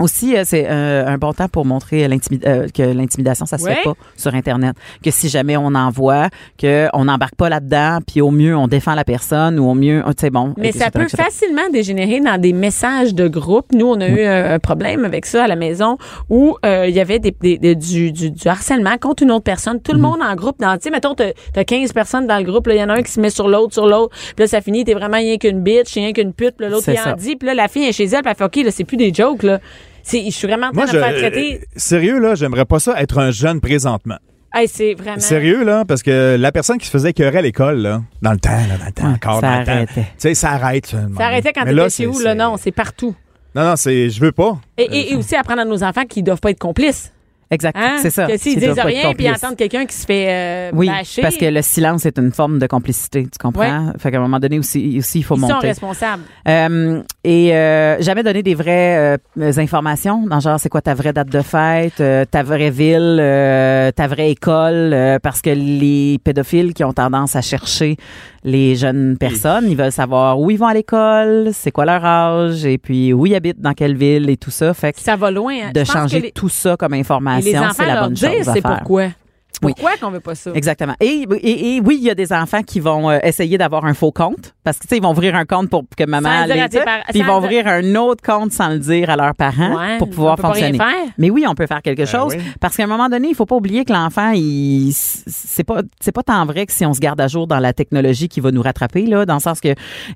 Speaker 6: Aussi, euh, c'est euh, un bon temps pour montrer l'intimid- euh, que l'intimidation, ça se
Speaker 3: Ouais.
Speaker 6: fait pas sur Internet. Que si jamais on en voit, que on n'embarque pas là-dedans, puis au mieux, on défend la personne, ou au mieux, tu sais, bon.
Speaker 3: Mais
Speaker 6: et-
Speaker 3: ça
Speaker 6: etc.,
Speaker 3: peut
Speaker 6: etc.
Speaker 3: facilement dégénérer dans des messages de groupe. Nous, on a eu un, un problème avec ça à la maison où euh, il y avait des, des- des- du, du, du harcèlement contre une autre personne.
Speaker 5: Mhm.
Speaker 3: Tout le monde en groupe. dans- Tu sais, mettons, t'as t'as 15 personnes dans le groupe. là, Il y en a un qui se met sur l'autre, sur l'autre. Puis là, ça finit. T'es vraiment rien qu'une bitch, rien qu'une pute. Puis là, l'autre,
Speaker 6: C'est
Speaker 3: il en
Speaker 6: ça.
Speaker 3: dit. Puis là, la fille est chez elle. Puis elle fait, OK, là, c'est plus des jokes, là. C'est- Je suis vraiment en train
Speaker 5: Moi,
Speaker 3: de
Speaker 5: je,
Speaker 3: me faire traiter.
Speaker 5: euh, sérieux, là, j'aimerais pas ça être un jeune présentement.
Speaker 3: Hey, c'est vraiment.
Speaker 5: Sérieux, là, parce que la personne qui se faisait écœurer à l'école, là, dans le temps, là, dans le temps,
Speaker 6: Ouais,
Speaker 5: encore
Speaker 6: ça
Speaker 5: dans le temps.
Speaker 6: arrêtait.
Speaker 5: Tu sais, ça arrête.
Speaker 3: Ça arrêtait quand
Speaker 5: Mais là,
Speaker 3: t'étais chez
Speaker 5: c'est-
Speaker 3: vous, là.
Speaker 5: c'est-
Speaker 3: Non, c'est partout.
Speaker 5: Non, non, c'est. Je veux pas.
Speaker 3: Et, et, et aussi apprendre à nos enfants qu'ils doivent pas être complices.
Speaker 6: Exact.
Speaker 3: Hein?
Speaker 6: C'est ça.
Speaker 3: Que s'ils
Speaker 6: Tu dois
Speaker 3: disent
Speaker 6: pas être
Speaker 3: rien, puis ils
Speaker 6: complice.
Speaker 3: entendent quelqu'un qui se fait euh,
Speaker 6: Oui,
Speaker 3: bâcher,
Speaker 6: parce que le silence est une forme de complicité, tu comprends? Fait qu'à un moment donné aussi, aussi il faut
Speaker 3: ils sont
Speaker 6: monter.
Speaker 3: responsables.
Speaker 6: Euh, et euh, jamais donner des vraies euh, informations, dans genre c'est quoi ta vraie date de fête, euh, ta vraie ville, euh, ta vraie école, euh, parce que les pédophiles qui ont tendance à chercher les jeunes personnes, ils veulent savoir où ils vont à l'école, c'est quoi leur âge, et puis où ils habitent, dans quelle ville, et tout ça. Fait que
Speaker 3: Ça va loin. hein.
Speaker 6: de
Speaker 3: Je pense
Speaker 6: changer
Speaker 3: que les,
Speaker 6: tout ça comme
Speaker 3: et les
Speaker 6: information,
Speaker 3: enfants
Speaker 6: c'est la
Speaker 3: leur
Speaker 6: bonne
Speaker 3: dire,
Speaker 6: chose à
Speaker 3: c'est
Speaker 6: faire.
Speaker 3: pourquoi. C'est
Speaker 6: Oui.
Speaker 3: Pourquoi qu'on veut pas ça?
Speaker 6: Exactement. Et, et, et oui, il y a des enfants qui vont euh, essayer d'avoir un faux compte parce que tu sais ils vont ouvrir un compte pour que
Speaker 3: Sans
Speaker 6: maman
Speaker 3: le dire
Speaker 6: les-
Speaker 3: à tes parents-
Speaker 6: puis ils
Speaker 3: sans
Speaker 6: vont
Speaker 3: le-
Speaker 6: ouvrir un autre compte sans le dire à leurs parents
Speaker 3: Ouais,
Speaker 6: pour pouvoir
Speaker 3: on peut pas rien
Speaker 6: fonctionner.
Speaker 3: faire.
Speaker 6: Mais oui, on peut faire quelque chose
Speaker 5: Ben oui.
Speaker 6: parce qu'à un moment donné, il faut pas oublier que l'enfant il c'est pas c'est pas tant vrai que si on se garde à jour dans la technologie qui va nous rattraper là dans le sens que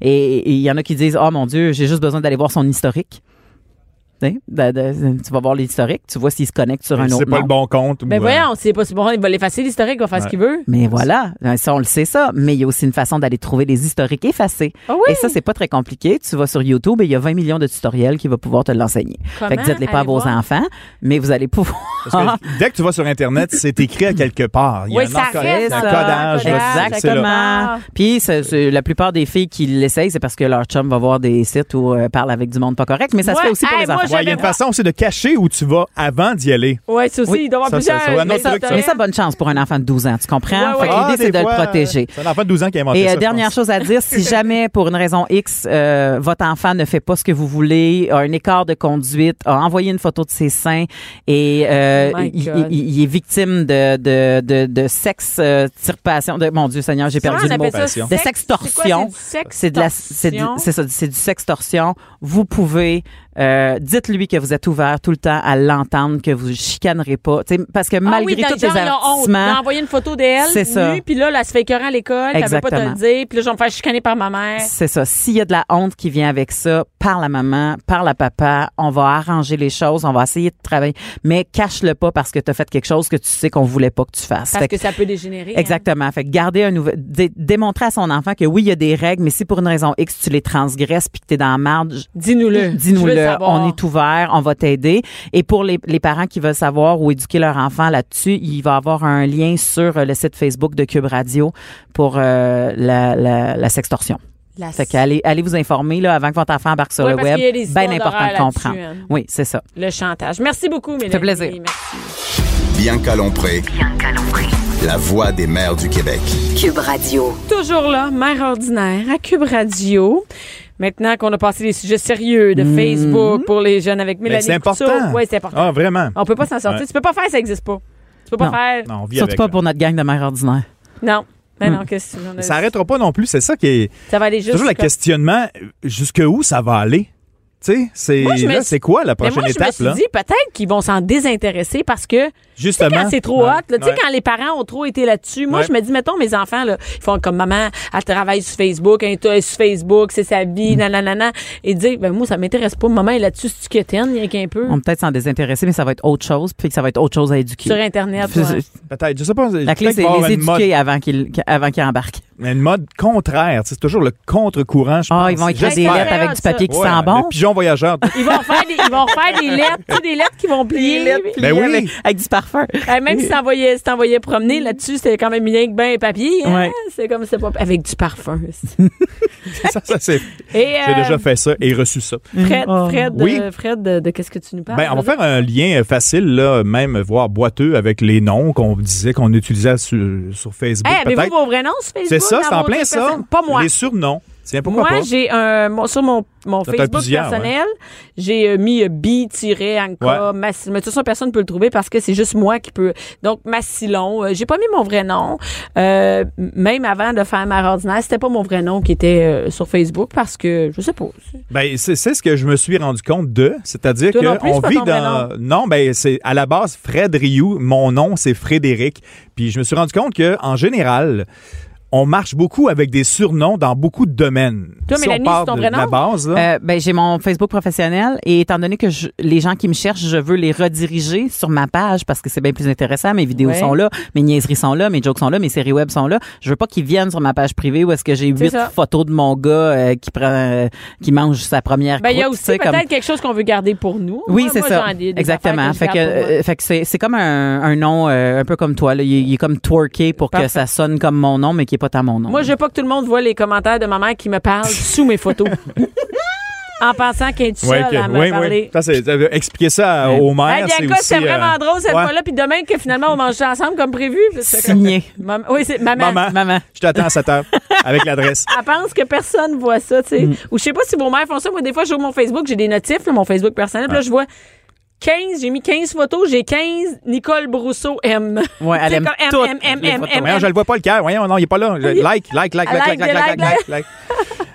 Speaker 6: et- et il y en a qui disent "Oh mon dieu, j'ai juste besoin d'aller voir son historique." Tu sais, de- de- tu vas voir l'historique, tu vois s'il se connecte sur un autre
Speaker 5: C'est pas
Speaker 6: nom.
Speaker 5: le bon compte.
Speaker 3: Ben
Speaker 5: ou, euh,
Speaker 3: voyons, c'est pas si bon, il va l'effacer l'historique, il va faire ce qu'il veut.
Speaker 6: Mais voilà, Ben, ça on le sait ça, mais il y a aussi une façon d'aller trouver des historiques effacés.
Speaker 3: Ah oui?
Speaker 6: Et ça c'est pas très compliqué, tu vas sur YouTube et il y a 20 millions de tutoriels qui vont pouvoir te l'enseigner. Fait
Speaker 3: Comment
Speaker 6: que dites-les pas à
Speaker 3: aller
Speaker 6: vos
Speaker 3: voir?
Speaker 6: enfants, mais vous allez pouvoir
Speaker 5: parce que dès que tu vas sur Internet, c'est écrit à quelque part. Il y a
Speaker 3: Oui,
Speaker 5: un
Speaker 3: ça
Speaker 5: encodage,
Speaker 3: reste
Speaker 5: un
Speaker 3: dans
Speaker 5: codage.
Speaker 3: le
Speaker 5: là,
Speaker 3: codage,
Speaker 5: c'est là.
Speaker 6: Exactement. Puis c'est- c'est- la plupart des filles qui l'essayent, c'est parce que leur chum va voir des sites où euh, parle avec du monde pas correct, mais ça
Speaker 3: Moi,
Speaker 6: se fait aussi pour
Speaker 3: hey,
Speaker 6: les
Speaker 3: moi,
Speaker 6: enfants.
Speaker 3: j'aime-
Speaker 5: Ouais, il y a une
Speaker 3: J'avais-
Speaker 5: façon aussi de cacher où tu vas avant d'y aller.
Speaker 3: Ouais, c'est aussi,
Speaker 6: Oui,
Speaker 3: il doit y avoir
Speaker 5: ça, ça,
Speaker 3: plusieurs. hein.
Speaker 5: ça, un autre
Speaker 3: mais
Speaker 5: truc,
Speaker 3: t'as
Speaker 6: Mais
Speaker 3: rien.
Speaker 6: ça, bonne chance pour un enfant de 12 ans, tu comprends?
Speaker 3: Ouais,
Speaker 6: Fait que
Speaker 3: ouais.
Speaker 5: Ah,
Speaker 6: l'idée,
Speaker 5: des
Speaker 6: c'est de
Speaker 5: fois,
Speaker 6: le protéger.
Speaker 5: euh, C'est un enfant de 12 ans qui a inventé
Speaker 6: Et euh,
Speaker 5: ça, je
Speaker 6: dernière
Speaker 5: pense.
Speaker 6: chose à dire, si jamais pour une raison X, euh, votre enfant ne fait pas ce que vous voulez, a un écart de conduite, a envoyé une photo de ses seins et euh,
Speaker 3: Oh my
Speaker 6: il,
Speaker 3: God.
Speaker 6: il- il est victime de, de, de, de sexe, euh, tirpation, de, mon Dieu Seigneur, j'ai
Speaker 3: Comment
Speaker 6: perdu
Speaker 3: on
Speaker 6: le mot.
Speaker 3: appelle ça?
Speaker 5: passion.
Speaker 6: De
Speaker 3: Sexe-
Speaker 6: sextorsion.
Speaker 3: c'est quoi,
Speaker 6: C'est de la, c'est du,
Speaker 3: sextorsion?
Speaker 6: c'est ça, c'est du sextorsion. Vous pouvez Euh, dites-lui que vous êtes ouvert tout le temps à l'entendre, que vous chicanerez pas. Tu sais, parce que malgré
Speaker 3: Ah dans
Speaker 6: tous
Speaker 3: le
Speaker 6: les
Speaker 3: genre, ils ont honte. Ils
Speaker 6: avertissements,
Speaker 3: ont envoyé une photo d'elle,
Speaker 6: C'est ça.
Speaker 3: nue, puis là, elle se fait écœurer à l'école, elle veut pas te le
Speaker 6: Exactement.
Speaker 3: dire, puis là, je vais me faire chicaner par ma mère.
Speaker 6: C'est ça. S'il y a de la honte qui vient avec ça, par la maman, par la papa, on va arranger les choses, on va essayer de travailler. Mais cache-le pas parce que tu as fait quelque chose que tu sais qu'on voulait pas que tu fasses.
Speaker 3: Parce
Speaker 6: Fait
Speaker 3: que
Speaker 6: que-
Speaker 3: ça peut dégénérer. hein.
Speaker 6: Exactement. Fait que garder un nouvel, dé- démontrer à son enfant que oui, il y a des règles, mais si pour une raison X, tu les transgresses puis que t'es dans la marge,
Speaker 3: Dis-nous-le. hein. Je veux
Speaker 6: Dis-nous-le.
Speaker 3: savoir.
Speaker 6: On est ouvert, on va t'aider. Et pour les, les parents qui veulent savoir ou éduquer leur enfant là-dessus, il va avoir un lien sur euh, le site Facebook de Cube Radio pour euh, la, la, la sextorsion.
Speaker 3: La
Speaker 6: Fait que allez, allez vous informer là, avant que votre enfant embarque sur
Speaker 3: Ouais,
Speaker 6: le
Speaker 3: parce
Speaker 6: web.
Speaker 3: qu'il y a des histoires
Speaker 6: Bien important
Speaker 3: d'horreur
Speaker 6: de comprendre.
Speaker 3: là-dessus, hein.
Speaker 6: Oui, c'est ça.
Speaker 3: Le chantage. Merci beaucoup, Mélanie.
Speaker 6: plaisir.
Speaker 3: Merci.
Speaker 2: Bianca Lompré,
Speaker 1: Bianca Lompré.
Speaker 2: la voix des mères du Québec.
Speaker 1: Cube Radio.
Speaker 3: Toujours là, mère ordinaire à Cube Radio. Maintenant qu'on a passé les sujets sérieux
Speaker 6: Mhm.
Speaker 3: de Facebook pour les jeunes avec
Speaker 5: Mais
Speaker 3: Mélanie
Speaker 5: Ben, c'est important.
Speaker 3: Oui, c'est important.
Speaker 5: Ah, vraiment.
Speaker 3: On peut pas s'en sortir.
Speaker 5: Ouais.
Speaker 3: Tu peux pas faire, ça existe pas. Tu peux pas
Speaker 6: Non.
Speaker 3: faire.
Speaker 5: Non, on vit
Speaker 6: Surtout
Speaker 5: avec, hein.
Speaker 6: pas
Speaker 5: là.
Speaker 6: pour notre gang de mères ordinaires.
Speaker 3: Non. Mais non, qu'est-ce que tu- on a-
Speaker 5: Ça n'arrêtera pas non plus. C'est ça qui est.
Speaker 3: Ça va aller
Speaker 5: C'est
Speaker 3: juste.
Speaker 5: toujours le
Speaker 3: jusqu'à-
Speaker 5: questionnement euh, jusque où ça va aller. Tu sais, c'est
Speaker 3: Moi, je me
Speaker 5: là,
Speaker 3: suis-
Speaker 5: c'est quoi la
Speaker 3: Mais
Speaker 5: prochaine
Speaker 3: Ben, moi, je me
Speaker 5: étape
Speaker 3: suis
Speaker 5: là
Speaker 3: dit, peut-être qu'ils vont s'en désintéresser parce que
Speaker 5: Justement.
Speaker 3: quand c'est trop hot, là, tu sais,
Speaker 5: Ouais.
Speaker 3: quand les parents ont trop été là-dessus, moi,
Speaker 5: Ouais.
Speaker 3: je me dis, mettons, mes enfants, là, ils font comme maman, elle travaille sur Facebook, elle est sur Facebook, c'est sa
Speaker 5: Mm.
Speaker 3: vie, nanana, et dire, ben, moi, ça m'intéresse pas, maman est là-dessus, c'est-tu quétaine, rien qu'un peu,
Speaker 6: On peut peut-être s'en désintéresser, mais ça va être autre chose, puis que ça va être autre chose à éduquer.
Speaker 3: sur Internet,
Speaker 6: C'est-
Speaker 3: ouais.
Speaker 5: Peut-être, je sais pas.
Speaker 6: La clé,
Speaker 5: peut-être qu'il
Speaker 6: c'est
Speaker 5: va y avoir
Speaker 6: les
Speaker 5: une mode-
Speaker 6: éduquer avant qu'ils avant qu'ils embarquent.
Speaker 5: une mode contraire. tu sais, C'est toujours le contre-courant, je pense.
Speaker 6: Ah, ils vont écrire des
Speaker 5: J'espère.
Speaker 6: lettres avec du papier qui
Speaker 5: Ouais,
Speaker 6: sent bon.
Speaker 5: Le pigeon voyageur.
Speaker 3: Ils vont faire des, ils vont faire des lettres, tu sais, des lettres qui vont plier.
Speaker 5: Ben oui.
Speaker 6: avec, avec du parfum.
Speaker 3: Euh, même si t'envoyais, si t'envoyais promener là-dessus, c'était quand même bien que bain et papier. hein?
Speaker 6: Ouais.
Speaker 3: C'est comme c'est pas avec du parfum.
Speaker 5: ça, ça, c'est-
Speaker 3: Et
Speaker 5: Mm. J'ai
Speaker 3: euh,
Speaker 5: déjà fait ça et reçu ça.
Speaker 3: Fred, Fred,
Speaker 5: Oui.
Speaker 3: euh, Fred, de, de qu'est-ce que tu nous parles
Speaker 5: Ben, on va
Speaker 3: aujourd'hui?
Speaker 5: faire un lien euh, facile, là, même voire boiteux avec les noms qu'on disait qu'on utilisait sur, sur Facebook.
Speaker 3: Hey, Eh, avez-vous
Speaker 5: peut-être.
Speaker 3: vos vrais noms sur Facebook?
Speaker 5: C'est ça,
Speaker 3: dans
Speaker 5: c'est en
Speaker 3: vos
Speaker 5: plein
Speaker 3: trucs
Speaker 5: ça.
Speaker 3: personnels? Pas moi.
Speaker 5: Les surnoms. Tiens, pourquoi
Speaker 3: Moi,
Speaker 5: pas?
Speaker 3: j'ai un mon- sur mon, mon
Speaker 5: T'as- t'as
Speaker 3: Facebook
Speaker 6: hein?
Speaker 5: plusieurs,
Speaker 3: personnel, j'ai euh, mis euh, bi-anka,
Speaker 5: Ouais.
Speaker 3: Massi- mais de toute façon, personne ne peut le trouver parce que c'est juste moi qui peux. Donc, Massilon, euh, j'ai pas mis mon vrai nom. Euh, m- même avant de faire ma ordinaire, c'était pas mon vrai nom qui était euh, sur Facebook parce que je sais pas.
Speaker 5: Ben, c'est c'est ce que je me suis rendu compte de. C'est-à-dire
Speaker 3: Toi non plus,
Speaker 5: qu'on
Speaker 3: c'est pas
Speaker 5: vit
Speaker 3: ton vrai
Speaker 5: dans. Non, ben, c'est à la base Fred Rioux. Mon nom, c'est Frédéric. Puis je me suis rendu compte que en général, on marche beaucoup avec des surnoms dans beaucoup de domaines.
Speaker 3: Toi,
Speaker 5: si
Speaker 3: Mélanie,
Speaker 5: on part
Speaker 3: c'est ton
Speaker 5: de,
Speaker 3: vrai
Speaker 5: de la
Speaker 3: nom?
Speaker 5: base, là,
Speaker 6: Euh, ben, j'ai mon Facebook professionnel et étant donné que je- les gens qui me cherchent, je veux les rediriger sur ma page parce que c'est bien plus intéressant. Mes vidéos
Speaker 3: Ouais.
Speaker 6: sont là, mes niaiseries sont là, mes jokes sont là, mes séries web sont là. Je veux pas qu'ils viennent sur ma page privée où est-ce que j'ai
Speaker 3: C'est
Speaker 6: huit
Speaker 3: ça.
Speaker 6: photos de mon gars euh, qui prend, euh, qui mange sa première.
Speaker 3: Ben, il y a
Speaker 6: croûte, tu
Speaker 3: aussi
Speaker 6: sais,
Speaker 3: peut-être
Speaker 6: comme-
Speaker 3: quelque chose qu'on veut garder pour nous.
Speaker 6: Oui,
Speaker 3: Moi,
Speaker 6: c'est
Speaker 3: moi,
Speaker 6: ça.
Speaker 3: j'en ai des
Speaker 6: Exactement.
Speaker 3: affaires
Speaker 6: fait
Speaker 3: que
Speaker 6: que,
Speaker 3: je garde pour moi.
Speaker 6: euh, fait que c'est, c'est comme un, un nom euh, un peu comme toi. Là. Il, est- il est comme twerké pour
Speaker 3: Parfait.
Speaker 6: que ça sonne comme mon nom, mais qui est pas tant mon nom.
Speaker 3: Moi, je veux pas que tout le monde voit les commentaires de ma mère qui me parle sous mes photos. en pensant qu'elle est toute
Speaker 5: Ouais,
Speaker 3: seule
Speaker 5: que-
Speaker 3: à me
Speaker 5: ouais, ouais.
Speaker 3: parler.
Speaker 5: Ça, c'est- ça veut expliquer ça à- au
Speaker 3: Hey,
Speaker 5: maire. Ah, c'est
Speaker 3: Bianca,
Speaker 5: aussi,
Speaker 3: c'est vraiment
Speaker 5: euh,
Speaker 3: drôle cette
Speaker 5: ouais.
Speaker 3: fois-là. Puis demain, que finalement, on mange ensemble comme prévu. Parce que-
Speaker 6: Signé.
Speaker 3: Maman- oui, c'est maman.
Speaker 5: Maman,
Speaker 6: Maman.
Speaker 5: je t'attends à 7 heures avec l'adresse.
Speaker 3: Elle pense que personne voit ça, tu sais.
Speaker 5: Mm.
Speaker 3: Ou je sais pas si vos mères font ça. Moi, des fois, j'ouvre mon Facebook, j'ai des notifs, là, mon Facebook personnel. Puis là, je vois 15, j'ai mis 15 photos, j'ai 15 Nicole Brousseau M.
Speaker 6: Ouais, elle
Speaker 3: C'est
Speaker 6: aime
Speaker 3: comme M,
Speaker 6: toutes
Speaker 3: M, M,
Speaker 6: les
Speaker 3: M,
Speaker 6: photos.
Speaker 3: M,
Speaker 5: Voyons, je le vois pas le cœur. Voyons, non, il est pas là. Je- Like, like, like, like,
Speaker 3: Like, de
Speaker 5: like, like, like,
Speaker 3: like,
Speaker 5: like, like, like.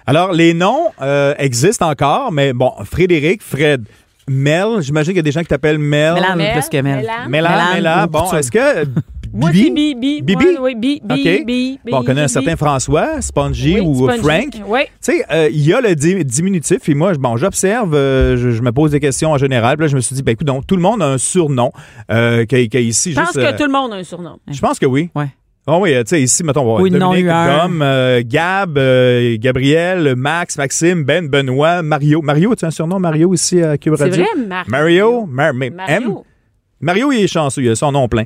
Speaker 5: Alors, les noms euh, existent encore, mais bon, Frédéric, Fred, Mel, j'imagine qu'il y a des gens qui t'appellent Mel.
Speaker 6: Mélane,
Speaker 3: Mel,
Speaker 6: plus que Mel.
Speaker 3: Mélane.
Speaker 5: Mélane,
Speaker 6: Mélane,
Speaker 5: Mélane.
Speaker 6: ou
Speaker 5: Bon,
Speaker 6: Couture.
Speaker 5: est-ce que.
Speaker 3: Moi, c'est Bibi. Bibi?
Speaker 5: Bibi?
Speaker 3: Ouais, oui, Bibi,
Speaker 5: OK.
Speaker 3: Bibi,
Speaker 5: Bon, on connaît un
Speaker 3: Bibi.
Speaker 5: certain François, Spongy
Speaker 3: Oui,
Speaker 5: ou euh,
Speaker 3: Spongy.
Speaker 5: Frank.
Speaker 3: Oui.
Speaker 5: Tu sais, euh, il y a le di- diminutif, et moi, je- bon, j'observe, euh, je, je me pose des questions en général, puis là, je me suis dit, ben écoute, donc, tout le monde a un surnom, euh, qu'il y a- qu'il y a ici
Speaker 3: Je pense
Speaker 5: juste...
Speaker 3: que
Speaker 5: euh,
Speaker 3: tout le monde a un surnom.
Speaker 5: Je pense que oui.
Speaker 6: Ouais.
Speaker 5: Ah oui, euh, tu sais, ici, mettons, on va
Speaker 6: Oui, non,
Speaker 5: Dominique,
Speaker 6: eu un.
Speaker 5: Dom, euh, Gab, euh, Gabriel, Max, Maxime, Ben, Benoît, Mario. Mario, tu as un surnom, Mario, ici à Cube
Speaker 3: C'est
Speaker 5: Radio?
Speaker 3: vrai, Mario.
Speaker 5: Mario, Mar- mais- M.
Speaker 3: Mario.
Speaker 5: Mario, il est chanceux, il a son nom plein.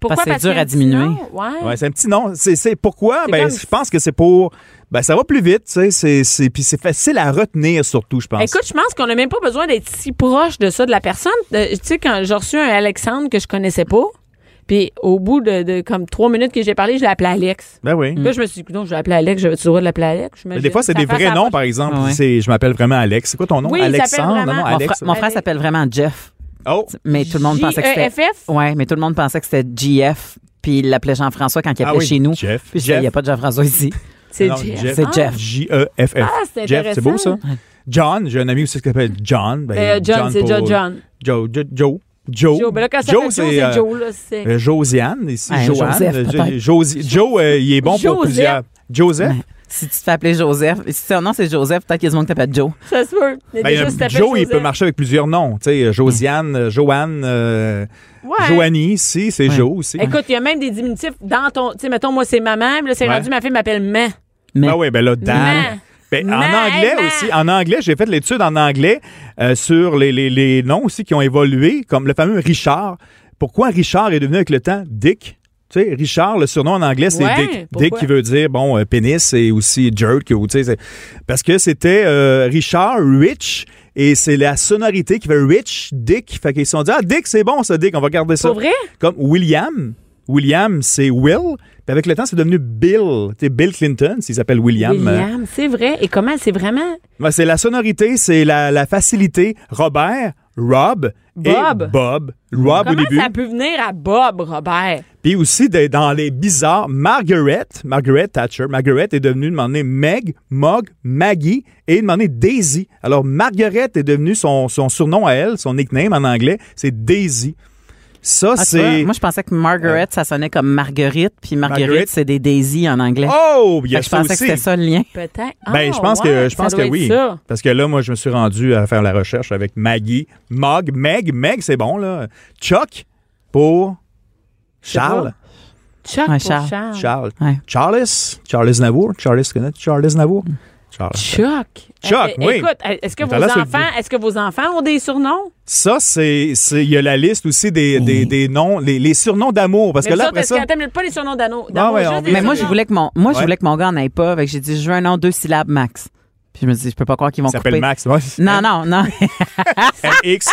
Speaker 3: Pourquoi
Speaker 6: Parce que c'est
Speaker 3: qu'il
Speaker 6: dur
Speaker 3: y a
Speaker 6: à
Speaker 3: un petit
Speaker 6: diminuer.
Speaker 3: nom, Ouais.
Speaker 5: Ouais, c'est un petit nom. C'est, c'est pourquoi?
Speaker 3: C'est
Speaker 5: Ben,
Speaker 3: comme-
Speaker 5: je pense que c'est pour... Ben, ça va plus vite, tu sais, c'est, c'est, puis c'est facile à retenir, surtout, je pense.
Speaker 3: Écoute, je pense qu'on n'a même pas besoin d'être si proche de ça de la personne. Euh, tu sais, quand j'ai reçu un Alexandre que je connaissais pas, puis au bout de, de comme trois minutes que j'ai parlé, je l'ai appelé Alex.
Speaker 5: ben oui.
Speaker 3: Puis Là, je me suis dit, coudonc, je vais appeler Alex, j'avais le droit de l'appeler Alex.
Speaker 5: Mais des fois, c'est des vrais noms, par exemple.
Speaker 6: Ah ouais.
Speaker 5: C'est, je m'appelle vraiment Alex. C'est quoi ton nom?
Speaker 3: Oui, il s'appelle
Speaker 5: Alexandre?
Speaker 3: vraiment-
Speaker 5: Non, non,
Speaker 3: Mon
Speaker 6: Mon
Speaker 5: Alex.
Speaker 6: frère- mon frère s'appelle vraiment Jeff.
Speaker 5: Oh!
Speaker 6: Mais tout le
Speaker 3: E
Speaker 6: monde pensait que c'était.
Speaker 3: J-E-F-F?
Speaker 6: Ouais, mais tout le monde pensait que c'était GF. Puis il l'appelait Jean-François quand il
Speaker 5: Ah
Speaker 6: appelait
Speaker 5: oui,
Speaker 6: chez nous.
Speaker 5: Jeff,
Speaker 6: Puis je disais,
Speaker 5: Jeff.
Speaker 6: il n'y a pas de Jean-François ici.
Speaker 3: C'est
Speaker 5: Non,
Speaker 3: Jeff.
Speaker 6: C'est
Speaker 3: Ah,
Speaker 6: Jeff.
Speaker 5: J-E-F-F.
Speaker 3: Ah, c'est
Speaker 5: E Jeff, c'est beau, ça?
Speaker 3: intéressant.
Speaker 5: John, j'ai un ami aussi qui s'appelle John. Ben,
Speaker 3: Euh, John, c'est
Speaker 5: pour-
Speaker 3: John, John.
Speaker 5: Joe, Jo- Joe. Joe.
Speaker 3: Joe, ben là, quand ça s'appelle Joe, c'est
Speaker 5: euh,
Speaker 3: Joe, là, c'est...
Speaker 5: euh, Josiane, ici,
Speaker 6: Ouais,
Speaker 5: Joanne.
Speaker 6: Joseph,
Speaker 5: Euh,
Speaker 6: peut-être.
Speaker 5: Josi- Joe, euh, il est bon
Speaker 3: Joseph.
Speaker 5: pour plusieurs. Joseph?
Speaker 6: Si tu te fais appeler Joseph, si ton nom c'est Joseph, peut-être qu'il y a du monde qui t'appelle Joe.
Speaker 3: Ça se peut. Il y a
Speaker 5: Ben,
Speaker 3: des gens
Speaker 5: euh,
Speaker 3: qui s'appellent
Speaker 5: Joe, il peut
Speaker 3: Joseph.
Speaker 5: marcher avec plusieurs noms. Tu sais, euh, Josiane, euh, Joanne, euh,
Speaker 3: Ouais.
Speaker 5: Joanie, ici, c'est
Speaker 6: Ouais.
Speaker 5: Joe aussi.
Speaker 3: Écoute, il y a même des diminutifs dans ton... Tu sais, mettons, moi, c'est maman. puis Là, c'est
Speaker 5: Ouais.
Speaker 3: rendu, ma fille m'appelle Ma.
Speaker 6: Mais-
Speaker 5: Ah oui, ben là, Dan.
Speaker 3: Ma.
Speaker 5: Ben, en
Speaker 3: Ma-
Speaker 5: anglais
Speaker 3: Ma-
Speaker 5: aussi, en anglais, j'ai fait l'étude en anglais euh, sur les, les- les noms aussi qui ont évolué, comme le fameux Richard. Pourquoi Richard est devenu avec le temps Dick? Tu sais, Richard, le surnom en anglais, c'est
Speaker 3: Ouais,
Speaker 5: Dick. Dick
Speaker 3: pourquoi?
Speaker 5: qui veut dire, bon, euh, pénis et aussi jerk. Ou, tu sais, c'est- parce que c'était euh, Richard, Rich, et c'est la sonorité qui fait Rich, Dick. Fait qu'ils se sont dit, ah, Dick, c'est bon ça, Dick, on va garder ça.
Speaker 3: Pour vrai?
Speaker 5: Comme William. William, c'est Will. Puis avec le temps, c'est devenu Bill. Tu sais, Bill Clinton, s'il s'appelle William. euh,
Speaker 3: William, c'est vrai. Et comment, c'est vraiment...
Speaker 5: ben, c'est la sonorité, c'est la, la facilité. Robert, Rob et
Speaker 3: Bob.
Speaker 5: Bob. Rob au
Speaker 3: Comment
Speaker 5: Ah, début.
Speaker 3: ça peut venir à Bob, Robert?
Speaker 5: Puis aussi des- dans les bizarres, Margaret, Margaret Thatcher, Margaret est devenue demander Meg, Mog, Maggie et demander Daisy. Alors Margaret est devenue son, son surnom à elle, son nickname en anglais, c'est Daisy. Ça
Speaker 6: Ah, tu vois,
Speaker 5: c'est
Speaker 6: moi, je pensais que Margaret, ça sonnait comme Marguerite, puis Marguerite,
Speaker 5: Marguerite.
Speaker 6: c'est des Daisy en anglais.
Speaker 5: Oh, il y
Speaker 6: Fait
Speaker 5: a
Speaker 6: que je
Speaker 5: ça
Speaker 6: pensais que
Speaker 5: aussi.
Speaker 6: c'était ça le lien.
Speaker 3: Peut-être.
Speaker 5: Ben,
Speaker 3: Ah,
Speaker 5: je pense
Speaker 3: ouais,
Speaker 5: que je
Speaker 3: ça
Speaker 5: pense
Speaker 3: doit
Speaker 5: que
Speaker 3: être
Speaker 5: oui.
Speaker 3: ça.
Speaker 5: Parce que là, moi, je me suis rendu à faire la recherche avec Maggie, Mog, Meg, Meg, c'est bon là. Chuck pour Charles,
Speaker 3: Chuck
Speaker 6: Ouais,
Speaker 3: pour
Speaker 6: Charles.
Speaker 3: Charles.
Speaker 5: Charles,
Speaker 6: Ouais.
Speaker 5: Charles, Charles Navour, Charles connaît Charles Navour. Charles.
Speaker 3: Chuck.
Speaker 5: Chuck,
Speaker 3: Eh, eh,
Speaker 5: oui.
Speaker 3: Écoute, eh, est-ce que,
Speaker 5: T'as
Speaker 3: vos
Speaker 5: l'air sur le
Speaker 3: enfants, est-ce que vos enfants ont des surnoms?
Speaker 5: Ça c'est c'est- il y a la liste aussi des, des, des noms, les, les surnoms d'amour parce
Speaker 3: Mais
Speaker 5: que là
Speaker 3: vous autres,
Speaker 5: après
Speaker 3: est-ce
Speaker 5: ça.
Speaker 3: que- attends, mais pas les surnoms d'anneaux.
Speaker 5: Ah ouais, on veut-
Speaker 6: Mais moi, je voulais que mon, moi,
Speaker 5: Ouais.
Speaker 6: je voulais que mon gars n'en aille pas. Fait que j'ai dit, je veux un nom deux syllabes max. Puis je me dis, je peux pas croire qu'ils vont
Speaker 5: Il s'appelle
Speaker 6: couper.
Speaker 5: Max. hein? ouais.
Speaker 6: Non, non, non.
Speaker 5: X.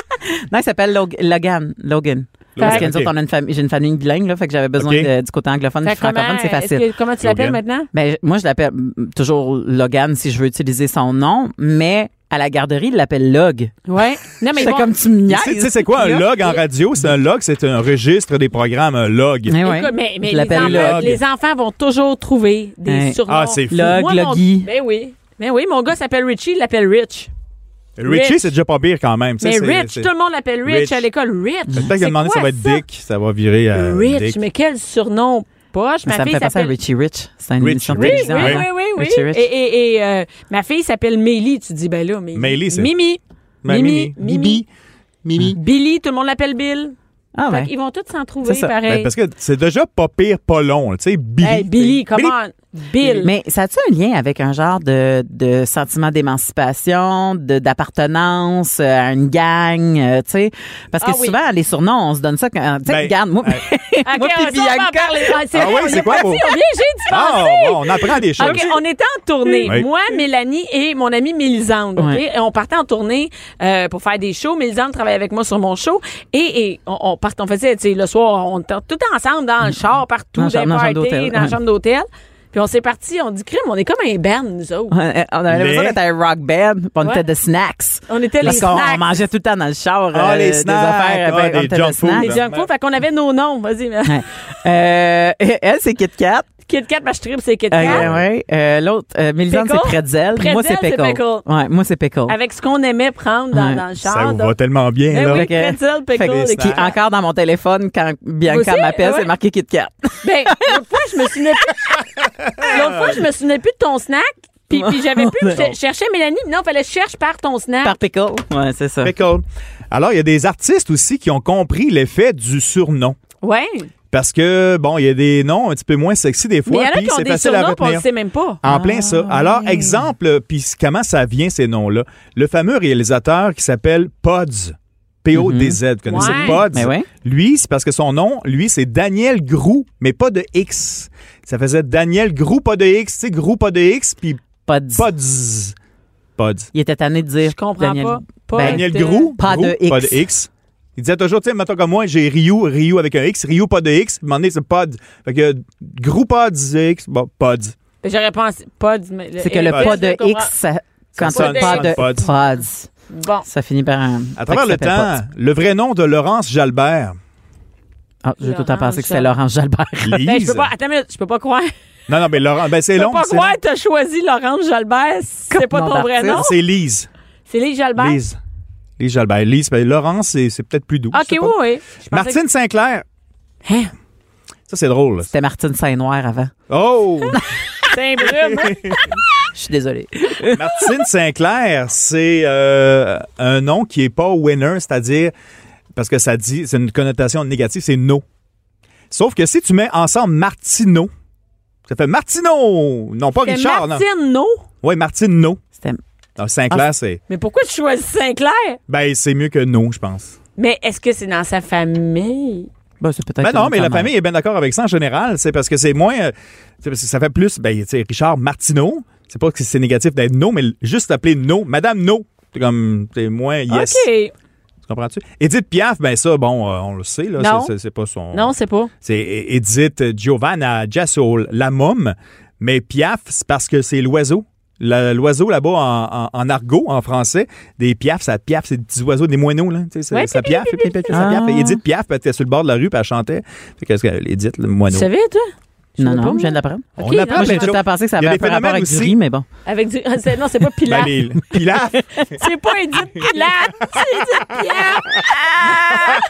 Speaker 6: non, il s'appelle Log- Logan. Logan. Parce que nous
Speaker 5: Ok.
Speaker 6: autres, on a une famille, j'ai une famille bilingue, là, fait que j'avais besoin
Speaker 5: Ok.
Speaker 6: de- du côté anglophone et francophone, c'est facile.
Speaker 3: comment tu
Speaker 5: Logan.
Speaker 3: l'appelles maintenant?
Speaker 6: Ben, moi, je l'appelle mm, toujours Logan si je veux utiliser son nom, mais à la garderie, il l'appelle Log.
Speaker 3: Oui. Non, mais
Speaker 6: C'est
Speaker 3: bon,
Speaker 6: comme tu me
Speaker 5: Tu
Speaker 6: niaises.
Speaker 5: sais- tu sais, c'est quoi un log en radio? C'est un log, c'est un registre des programmes, un log.
Speaker 6: Eh ouais.
Speaker 3: écoute, mais, mais
Speaker 6: Je
Speaker 3: les,
Speaker 6: l'appelle
Speaker 3: enfants,
Speaker 5: Log.
Speaker 3: les enfants vont toujours trouver des
Speaker 6: Hein.
Speaker 3: surnoms.
Speaker 5: Ah, c'est fou.
Speaker 6: Log,
Speaker 3: Moi, mon-
Speaker 6: Loggy.
Speaker 3: Ben oui. Ben oui, mon gars s'appelle Richie, il l'appelle Rich.
Speaker 5: Richie,
Speaker 3: Rich.
Speaker 5: c'est déjà pas pire quand même. Tu
Speaker 3: Mais
Speaker 5: sais, c'est-
Speaker 3: Rich,
Speaker 5: c'est-
Speaker 3: tout le monde l'appelle Rich,
Speaker 5: Rich.
Speaker 3: à l'école. Rich.
Speaker 5: Peut-être qu'il a
Speaker 3: C'est
Speaker 5: demandé ça
Speaker 3: quoi
Speaker 5: va être Dick, ça va virer à
Speaker 3: Rich,
Speaker 5: Dick.
Speaker 3: mais quel surnom poche. Ma
Speaker 6: ça me
Speaker 3: fille
Speaker 6: fait penser à
Speaker 3: s'appelle
Speaker 6: Richie Rich. C'est une
Speaker 5: Rich,
Speaker 6: émission de
Speaker 5: Rich,
Speaker 3: Oui,
Speaker 6: télévision.
Speaker 3: oui,
Speaker 6: hein?
Speaker 3: oui, oui, oui.
Speaker 6: Richie Rich.
Speaker 3: Et, et- et, euh, ma fille s'appelle Mélie. Tu dis, ben là, Mélie.
Speaker 5: Mélie, c'est-
Speaker 3: Mimi.
Speaker 5: Ma
Speaker 3: Mimi.
Speaker 5: Mimi. Mm.
Speaker 3: Mimi.
Speaker 5: Mimi.
Speaker 3: Billy, tout le monde l'appelle Bill.
Speaker 6: Ah ouais.
Speaker 3: Fait qu'ils vont tous s'en trouver
Speaker 6: C'est ça.
Speaker 3: pareil.
Speaker 5: Ben, parce que c'est déjà pas pire, pas long. Tu sais, Billy.
Speaker 3: Hey, Billy, come on. Bill.
Speaker 6: Mais ça a-tu un lien avec un genre de, de sentiment d'émancipation, de- d'appartenance euh, à une gang, euh, tu sais? Parce que
Speaker 3: Ah oui.
Speaker 6: souvent, les surnoms, on se donne ça quand, tu sais,
Speaker 5: Ben,
Speaker 6: regarde, moi,
Speaker 3: Ah,
Speaker 6: moi
Speaker 3: ok,
Speaker 6: puis
Speaker 3: on- ça, on va en
Speaker 6: Bianca.
Speaker 3: parler. Ah, c'est
Speaker 5: Ah
Speaker 3: vrai,
Speaker 5: oui,
Speaker 3: on
Speaker 5: c'est
Speaker 3: est
Speaker 5: quoi,
Speaker 3: parti,
Speaker 5: vous?
Speaker 3: On vient, j'ai dit
Speaker 5: Ah, bon, on apprend des choses.
Speaker 3: OK, on était en tournée.
Speaker 5: Oui.
Speaker 3: Moi, Mélanie et mon amie Mélisande. OK?
Speaker 6: Ouais.
Speaker 3: Et on partait en tournée euh, pour faire des shows. Mélisande travaillait avec moi sur mon show. Et, et on, on, part, on faisait, tu sais, le soir, on était tout ensemble dans le char, partout, dans,
Speaker 6: Dans le char-
Speaker 3: les
Speaker 6: dans la
Speaker 3: parties,
Speaker 6: chambre d'hôtel,
Speaker 3: dans la
Speaker 6: ouais.
Speaker 3: chambre d'hôtel. Puis on s'est parti, on dit, crime, on est comme un band, nous autres.
Speaker 6: on avait l'impression
Speaker 5: Mais-
Speaker 6: d'être un rock band, puis on
Speaker 3: Ouais.
Speaker 6: était de snacks.
Speaker 3: On était
Speaker 6: Parce
Speaker 3: les
Speaker 6: qu'on
Speaker 3: snacks.
Speaker 6: mangeait tout le temps dans le char euh,
Speaker 5: Ah, les
Speaker 6: des
Speaker 5: snacks,
Speaker 6: affaires,
Speaker 5: ah,
Speaker 6: ben, on
Speaker 5: des
Speaker 6: était
Speaker 5: junk
Speaker 6: de snacks.
Speaker 3: Les
Speaker 5: food.
Speaker 3: junk food, fait qu'on avait nos noms. Vas-y, mais-
Speaker 6: Ouais. Euh, elle, c'est Kit Kat.
Speaker 3: Kit Kat, ma trip, c'est Kit
Speaker 6: Euh,
Speaker 3: Kat.
Speaker 6: ouais. Euh, L'autre, euh, Mélisande, c'est
Speaker 3: Pickle.
Speaker 6: Pretzel. Moi,
Speaker 3: Pretzel,
Speaker 6: c'est
Speaker 3: c'est
Speaker 6: Pickle.
Speaker 3: pickle.
Speaker 6: Ouais, moi, c'est Pickle.
Speaker 3: Avec ce qu'on aimait prendre dans,
Speaker 6: Ouais.
Speaker 3: dans le char.
Speaker 5: Ça vous
Speaker 3: donc-
Speaker 5: va tellement bien,
Speaker 3: Ben
Speaker 5: là.
Speaker 3: oui.
Speaker 6: Fait que-
Speaker 3: Pretzel, pickle,
Speaker 6: fait que-
Speaker 3: des
Speaker 6: puis
Speaker 3: Kit Kat.
Speaker 6: encore dans mon téléphone, quand Bianca
Speaker 3: Aussi,
Speaker 6: m'appelle,
Speaker 3: ouais.
Speaker 6: c'est marqué Kit Kat.
Speaker 3: Ben, l'autre fois, je me souvenais plus. L'autre fois, je me souvenais plus de ton snack. Puis, puis j'avais plus. Je cherchais Mélanie. mais Non, fallait que je cherche par ton snack.
Speaker 6: Par Pickle. Ouais, c'est ça.
Speaker 5: Pickle. Alors, il y a des artistes aussi qui ont compris l'effet du surnom.
Speaker 3: Ouais.
Speaker 5: Parce que, bon, il y a des noms un petit peu moins sexy des
Speaker 3: Mais il
Speaker 5: fois,
Speaker 3: y en a
Speaker 5: puis
Speaker 3: qui ont
Speaker 5: c'est
Speaker 3: des
Speaker 5: facile à
Speaker 3: surnoms, puis on
Speaker 5: retenir.
Speaker 3: le sait même pas.
Speaker 5: En plein ça. Alors, exemple, puis c- comment ça vient ces noms-là? Le fameux réalisateur qui s'appelle Pods. P-O-D-Z. Connaissez
Speaker 3: Ouais.
Speaker 5: Pods?
Speaker 6: Mhm. Mais ouais.
Speaker 5: Lui, c'est parce que son nom, lui, c'est Daniel Grou, mais pas de X. Ça faisait Daniel Grou, pas de X, tu sais, Grou, pas de X, puis
Speaker 6: Pas de...
Speaker 5: Pods. Pods.
Speaker 6: Il était tanné de dire.
Speaker 3: Je comprends
Speaker 6: Daniel-
Speaker 3: pas. Pas
Speaker 6: Ben,
Speaker 5: Daniel
Speaker 3: de-
Speaker 5: Grou,
Speaker 6: Pas de
Speaker 5: Grou, pas
Speaker 6: X.
Speaker 5: de X. Il disait toujours, tu sais, mettons comme moi, j'ai Ryu, Ryu avec un X, Ryu, pas de X, puis à un moment donné, c'est Pods. Fait que Grou, Pods, X, bon, Pods.
Speaker 3: Ben, J'aurais pensé. Pas du. mais
Speaker 6: C'est que le
Speaker 5: Pods.
Speaker 6: pas de
Speaker 3: je comprends.
Speaker 6: X, ça- quand
Speaker 3: Ça
Speaker 6: on pas
Speaker 3: sonne
Speaker 6: de
Speaker 5: Pods.
Speaker 6: Pods,
Speaker 3: Bon. Ben,
Speaker 6: ça finit par un.
Speaker 5: À travers
Speaker 6: fait
Speaker 5: le
Speaker 6: que ça s'appelle
Speaker 5: temps, le vrai nom de Laurence Jalbert,
Speaker 6: Pods. Ah, j'ai tout le temps
Speaker 3: Laurent
Speaker 6: pensé que c'était
Speaker 3: Jalbert.
Speaker 6: Laurent Jalbert.
Speaker 5: Lise.
Speaker 3: Ben, je peux pas. Attends, une minute, je peux pas croire.
Speaker 5: Non, non, mais Laurent, ben c'est
Speaker 3: Je peux
Speaker 5: long.
Speaker 3: pas
Speaker 5: c'est
Speaker 3: croire que t'as choisi Laurence Jalbert. C'est Ben. pas
Speaker 6: nom
Speaker 3: ton vrai
Speaker 6: d'artiste.
Speaker 3: nom.
Speaker 5: long. C'est Lise.
Speaker 3: C'est Lise Jalbert?
Speaker 5: Lise. Lise Jalbert. Lise, ben, Laurence, c'est c'est peut-être plus doux. je
Speaker 3: OK,
Speaker 5: sais
Speaker 3: oui,
Speaker 5: pas.
Speaker 3: oui. Je pensais
Speaker 5: Martine Sinclair.
Speaker 6: Hein?
Speaker 5: Ça, c'est drôle. là.
Speaker 6: C'était Martine Saint-Noir avant.
Speaker 5: Oh!
Speaker 3: que c'était un brume, hein?
Speaker 6: Je suis désolée.
Speaker 5: Martine Sinclair, c'est euh, un nom qui est pas winner, c'est-à-dire parce que ça dit, c'est une connotation négative, c'est no. Sauf que si tu mets ensemble Martino, ça fait Martino, non pas
Speaker 3: C'était
Speaker 5: Richard, non.
Speaker 3: Martine, non.
Speaker 5: Oui, Martino.
Speaker 6: C'était
Speaker 5: Non, Sinclair,
Speaker 3: Ah,
Speaker 5: c'est
Speaker 3: Mais pourquoi tu choisis Sinclair?
Speaker 5: ben c'est mieux que no, je pense.
Speaker 3: Mais est-ce que c'est dans sa famille?
Speaker 6: Ben, c'est peut-être
Speaker 5: Ben non, mais la
Speaker 6: notamment.
Speaker 5: famille est bien d'accord avec ça en général, c'est parce que c'est moins, euh, c'est parce que ça fait plus, ben tu sais Richard Martino, c'est pas que c'est négatif d'être no, mais juste appeler no, Madame no, c'est comme c'est moins yes.
Speaker 3: OK.
Speaker 5: Tu comprends-tu? Édith Piaf, ben ça, bon, euh, on le sait, là.
Speaker 3: Non.
Speaker 5: c'est- C'est, c'est pas son.
Speaker 3: Non, c'est pas.
Speaker 5: c'est Edith Giovanna Jasso, la môme. Mais Piaf, c'est parce que c'est l'oiseau. La- l'oiseau là-bas en, en- en argot, en français, des piafs, ça piaf, c'est des petits oiseaux, des moineaux, là. Tu sais, ça,
Speaker 3: Ouais,
Speaker 5: ça
Speaker 3: pipi,
Speaker 5: piaf,
Speaker 3: pipi,
Speaker 5: pipi, pipi, ça piaf.
Speaker 6: Ah.
Speaker 5: Et Edith Piaf, elle était sur le bord de la rue, puis elle chantait. Fait que, euh, Edith, le
Speaker 3: Tu
Speaker 5: moineau.
Speaker 3: savais, toi? Je
Speaker 6: Non,
Speaker 3: savais
Speaker 6: non,
Speaker 3: pas,
Speaker 6: je viens de
Speaker 3: moi.
Speaker 6: l'apprendre.
Speaker 5: On
Speaker 3: Ok,
Speaker 5: apprend
Speaker 3: non,
Speaker 6: Moi,
Speaker 5: plein
Speaker 6: j'ai
Speaker 5: de
Speaker 6: tout
Speaker 5: choses.
Speaker 6: le temps pensé que ça
Speaker 5: Il y a
Speaker 6: avait un
Speaker 5: des
Speaker 6: peu rapport
Speaker 5: phénomènes
Speaker 6: avec
Speaker 5: aussi.
Speaker 6: du riz, mais bon.
Speaker 3: Avec du... ah, c'est- Non, c'est pas
Speaker 5: Ben,
Speaker 3: Pilate.
Speaker 5: les- Pilaf,
Speaker 3: C'est pas Edith Pilate. C'est Edith Piaf.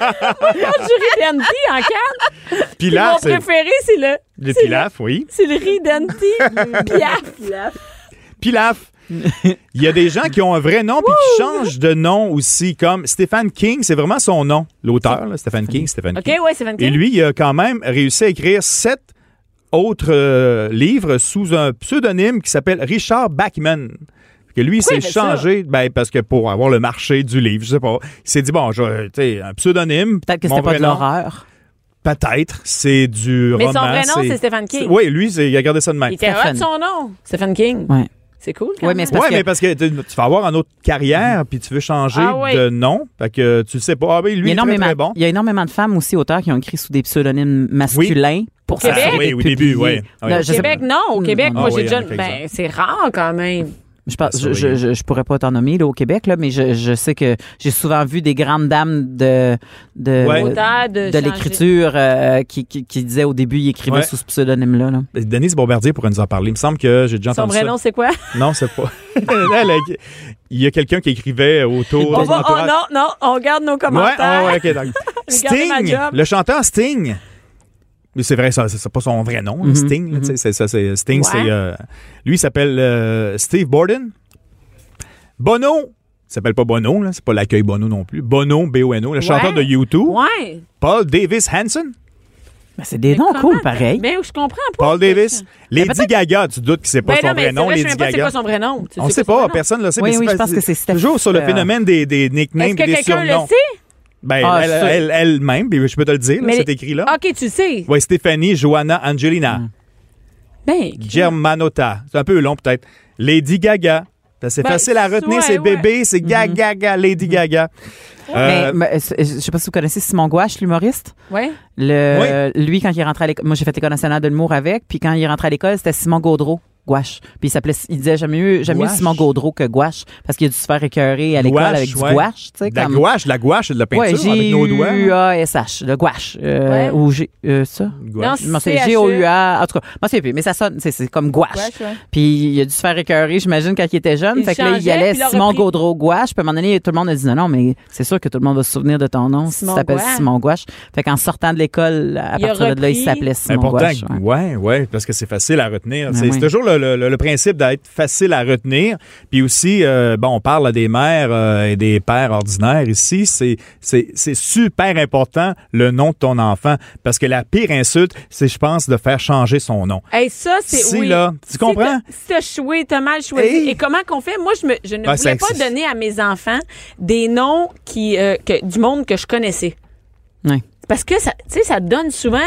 Speaker 3: Ah! du riz d'Anti en canne. Puis
Speaker 5: Pilaf,
Speaker 3: mon
Speaker 5: c'est
Speaker 3: préféré, c'est le...
Speaker 5: le
Speaker 3: c'est le-
Speaker 5: Pilaf, oui.
Speaker 3: C'est le riz d'Anti Piaf.
Speaker 5: Pilaf. Il y a des gens qui ont un vrai nom puis qui changent de nom aussi, comme Stephen King, c'est vraiment son nom, l'auteur, là, Stephen King, Stephen
Speaker 3: OK,
Speaker 5: King.
Speaker 3: ouais, c'est 24.
Speaker 5: Et lui, il a quand même réussi à écrire sept autres euh, livres sous un pseudonyme qui s'appelle Richard Bachman. Que lui, il
Speaker 3: Pourquoi
Speaker 5: s'est
Speaker 3: il fait ça?
Speaker 5: changé, ben, parce que pour avoir le marché du livre, je sais pas. Il s'est dit, bon, je, vais- tu sais, un pseudonyme.
Speaker 6: Peut-être que
Speaker 5: mon
Speaker 6: c'était pas
Speaker 5: vrai
Speaker 6: de
Speaker 5: nom,
Speaker 6: l'horreur.
Speaker 5: Peut-être. C'est du
Speaker 3: Mais son
Speaker 5: roman.
Speaker 3: vrai nom, c'est Stephen King.
Speaker 5: Oui, lui, c'est- il a gardé ça de même.
Speaker 3: Il était hot,
Speaker 6: Stephen.
Speaker 3: son nom. Stephen King.
Speaker 6: Ouais.
Speaker 3: C'est cool. quand
Speaker 6: Ouais,
Speaker 3: même.
Speaker 6: mais c'est parce
Speaker 5: ouais,
Speaker 6: que-
Speaker 5: mais parce que tu tu vas avoir une autre carrière, puis tu veux changer
Speaker 3: Ah ouais.
Speaker 5: de nom. Fait que tu le sais pas. Ah oui,
Speaker 6: Il y,
Speaker 5: lui, il
Speaker 6: a
Speaker 5: est très,
Speaker 6: énormément,
Speaker 5: très bon.
Speaker 6: il y a énormément de femmes aussi auteurs qui ont écrit sous des pseudonymes masculins pour
Speaker 3: Québec?
Speaker 6: s'assurer
Speaker 5: Ah oui,
Speaker 6: d'être
Speaker 5: au début,
Speaker 6: publiées.
Speaker 5: ouais. Ah oui.
Speaker 6: Là,
Speaker 3: Au
Speaker 6: je sais
Speaker 3: Québec, non. Au
Speaker 6: Mm.
Speaker 3: Québec,
Speaker 6: Ah
Speaker 3: moi,
Speaker 5: oui,
Speaker 3: j'ai déjà...
Speaker 5: en effet,
Speaker 3: Ben, c'est rare, quand même.
Speaker 6: Je, pense-
Speaker 5: Ah, Ça,
Speaker 6: je,
Speaker 5: oui.
Speaker 6: je, je- je pourrais pas t'en nommer là, au Québec, là, mais je, je sais que j'ai souvent vu des grandes dames de, de,
Speaker 5: Ouais.
Speaker 3: Auteur de
Speaker 6: de
Speaker 3: changer.
Speaker 6: l'écriture euh, qui, qui, qui disaient au début, ils écrivaient
Speaker 5: Ouais.
Speaker 6: sous ce pseudonyme-là. là.
Speaker 5: Denise Bombardier pourrait nous en parler. Il me semble que j'ai déjà
Speaker 3: Son
Speaker 5: entendu
Speaker 3: vrai
Speaker 5: ça.
Speaker 3: nom, c'est quoi?
Speaker 5: Non, c'est pas. Elle, elle, il y a quelqu'un qui écrivait autour
Speaker 3: On
Speaker 5: de
Speaker 3: va, oh non, non, on regarde nos
Speaker 5: Ouais,
Speaker 3: commentaires.
Speaker 5: ouais, ouais, ok, d'accord.
Speaker 3: Regardez ma
Speaker 5: Sting,
Speaker 3: job.
Speaker 5: le chanteur Sting. Mais c'est vrai, ça, c'est c'est pas son vrai nom, là, Sting. là, tu sais, c'est- ça, c'est- Sting,
Speaker 3: Ouais.
Speaker 5: c'est. euh, lui, il s'appelle euh, Steve Borden. Bono. Il s'appelle pas Bono, là. C'est pas l'accueil Bono non plus. Bono, B-O-N-O, le chanteur de YouTube.
Speaker 3: Ouais.
Speaker 5: Paul Davis Hanson.
Speaker 6: Ben, c'est des noms cool, pareil.
Speaker 3: Mais je comprends pas.
Speaker 5: Paul Davis. Lady
Speaker 6: peut-être-
Speaker 5: Gaga, tu te doutes que c'est pas
Speaker 3: Ben
Speaker 5: son
Speaker 3: non, mais
Speaker 5: vrai
Speaker 3: c'est
Speaker 5: nom,
Speaker 3: vrai, je sais
Speaker 5: Lady
Speaker 3: même pas c'est quoi
Speaker 5: Gaga.
Speaker 3: son vrai nom. Tu
Speaker 5: On
Speaker 3: sais quoi
Speaker 5: sait
Speaker 3: son
Speaker 5: pas,
Speaker 3: vrai nom?
Speaker 5: personne le sait.
Speaker 6: Oui,
Speaker 5: mais
Speaker 6: oui,
Speaker 5: pas-
Speaker 6: je pense que c'est Steph-
Speaker 5: Toujours sur le
Speaker 6: euh,
Speaker 5: phénomène des, des nicknames
Speaker 3: Est-ce que
Speaker 5: et des
Speaker 3: quelqu'un le
Speaker 5: surnoms.
Speaker 3: sait?
Speaker 5: Ben,
Speaker 6: Ah,
Speaker 5: elle-
Speaker 6: ça-
Speaker 5: elle- Elle-même, puis je peux te le dire, là,
Speaker 3: Mais-
Speaker 5: c'est écrit
Speaker 6: Ah.
Speaker 5: là.
Speaker 3: OK, tu le sais.
Speaker 5: Oui, Stéphanie, Joanna, Angelina,
Speaker 6: Hmm.
Speaker 3: Ben,
Speaker 5: Germanota. C'est un peu long, peut-être. Lady Gaga. Ben, c'est
Speaker 3: Ben,
Speaker 5: facile à retenir,
Speaker 3: ouais,
Speaker 5: c'est
Speaker 3: ouais.
Speaker 5: bébé, c'est Gaga, Gaga, Lady Gaga. Euh,
Speaker 6: Mhm. Mais, mais, euh, je sais pas si vous connaissez Simon Gouache, l'humoriste.
Speaker 3: ouais.
Speaker 6: Le, Lui, quand il est rentré à l'école, moi j'ai fait l'École nationale de l'humour avec, puis quand il est rentré à l'école, c'était Simon Gaudreau. Gouache. Puis il s'appelait, il disait jamais mieux, jamais mieux
Speaker 5: Gouache.
Speaker 6: Simon Gaudreau que Gouache, parce qu'il a dû se faire écœurer à l'école
Speaker 5: gouache,
Speaker 6: avec du
Speaker 5: ouais.
Speaker 6: gouache, tu sais,
Speaker 5: De La
Speaker 6: comme-
Speaker 5: gouache, de la gouache, et de la
Speaker 6: ouais,
Speaker 5: peinture avec nos doigts.
Speaker 6: G-U-A-S-H, le gouache. euh,
Speaker 3: Ouais.
Speaker 6: Ou G, euh, ça?
Speaker 5: Gouache.
Speaker 3: Non,
Speaker 6: Non, c'est
Speaker 3: CHE.
Speaker 6: G-O-U-A. En tout cas, moi, c'est plus, mais ça sonne, c'est- c'est comme gouache.
Speaker 3: Gouache, ouais.
Speaker 6: Puis il a dû se faire écœurer, j'imagine, quand il était jeune.
Speaker 3: Il
Speaker 6: fait que là, il y
Speaker 3: changeait,
Speaker 6: allait
Speaker 3: puis il a
Speaker 6: Simon
Speaker 3: repris.
Speaker 6: Gaudreau gouache. Puis à un moment donné, tout le monde a dit non, non, mais c'est sûr que tout le monde va se souvenir de ton nom si
Speaker 3: Simon
Speaker 6: tu t'appelles
Speaker 3: Gouache.
Speaker 6: Simon Gouache. Fait qu'en sortant de l'école, à
Speaker 3: Il a
Speaker 6: partir de là,
Speaker 3: repris.
Speaker 6: il s'appelait Simon
Speaker 5: Important.
Speaker 6: Gouache.
Speaker 5: ouais.
Speaker 6: ouais.
Speaker 5: ouais, parce que c'est facile à retenir.
Speaker 6: Ben
Speaker 5: c'est
Speaker 6: oui.
Speaker 5: c'est toujours le, le- le principe d'être facile à retenir. Puis aussi, euh, bon, on parle à des mères euh, et des pères ordinaires ici. C'est c'est c'est super important le nom de ton enfant parce que la pire insulte, c'est je pense de faire changer son nom.
Speaker 3: Hey, ça, c'est.
Speaker 5: Si,
Speaker 3: oui.
Speaker 5: là, tu
Speaker 3: Si
Speaker 5: comprends?
Speaker 3: t'as- Si t'as choué, t'as mal choisi.
Speaker 5: Hey.
Speaker 3: Et comment qu'on fait? Moi, je, me, je ne
Speaker 5: Ben,
Speaker 3: voulais
Speaker 5: c'est-
Speaker 3: pas
Speaker 5: c'est-
Speaker 3: donner à mes enfants des noms qui, euh, que- du monde que je connaissais.
Speaker 6: Ouais.
Speaker 3: Parce que ça, tu sais, ça donne souvent.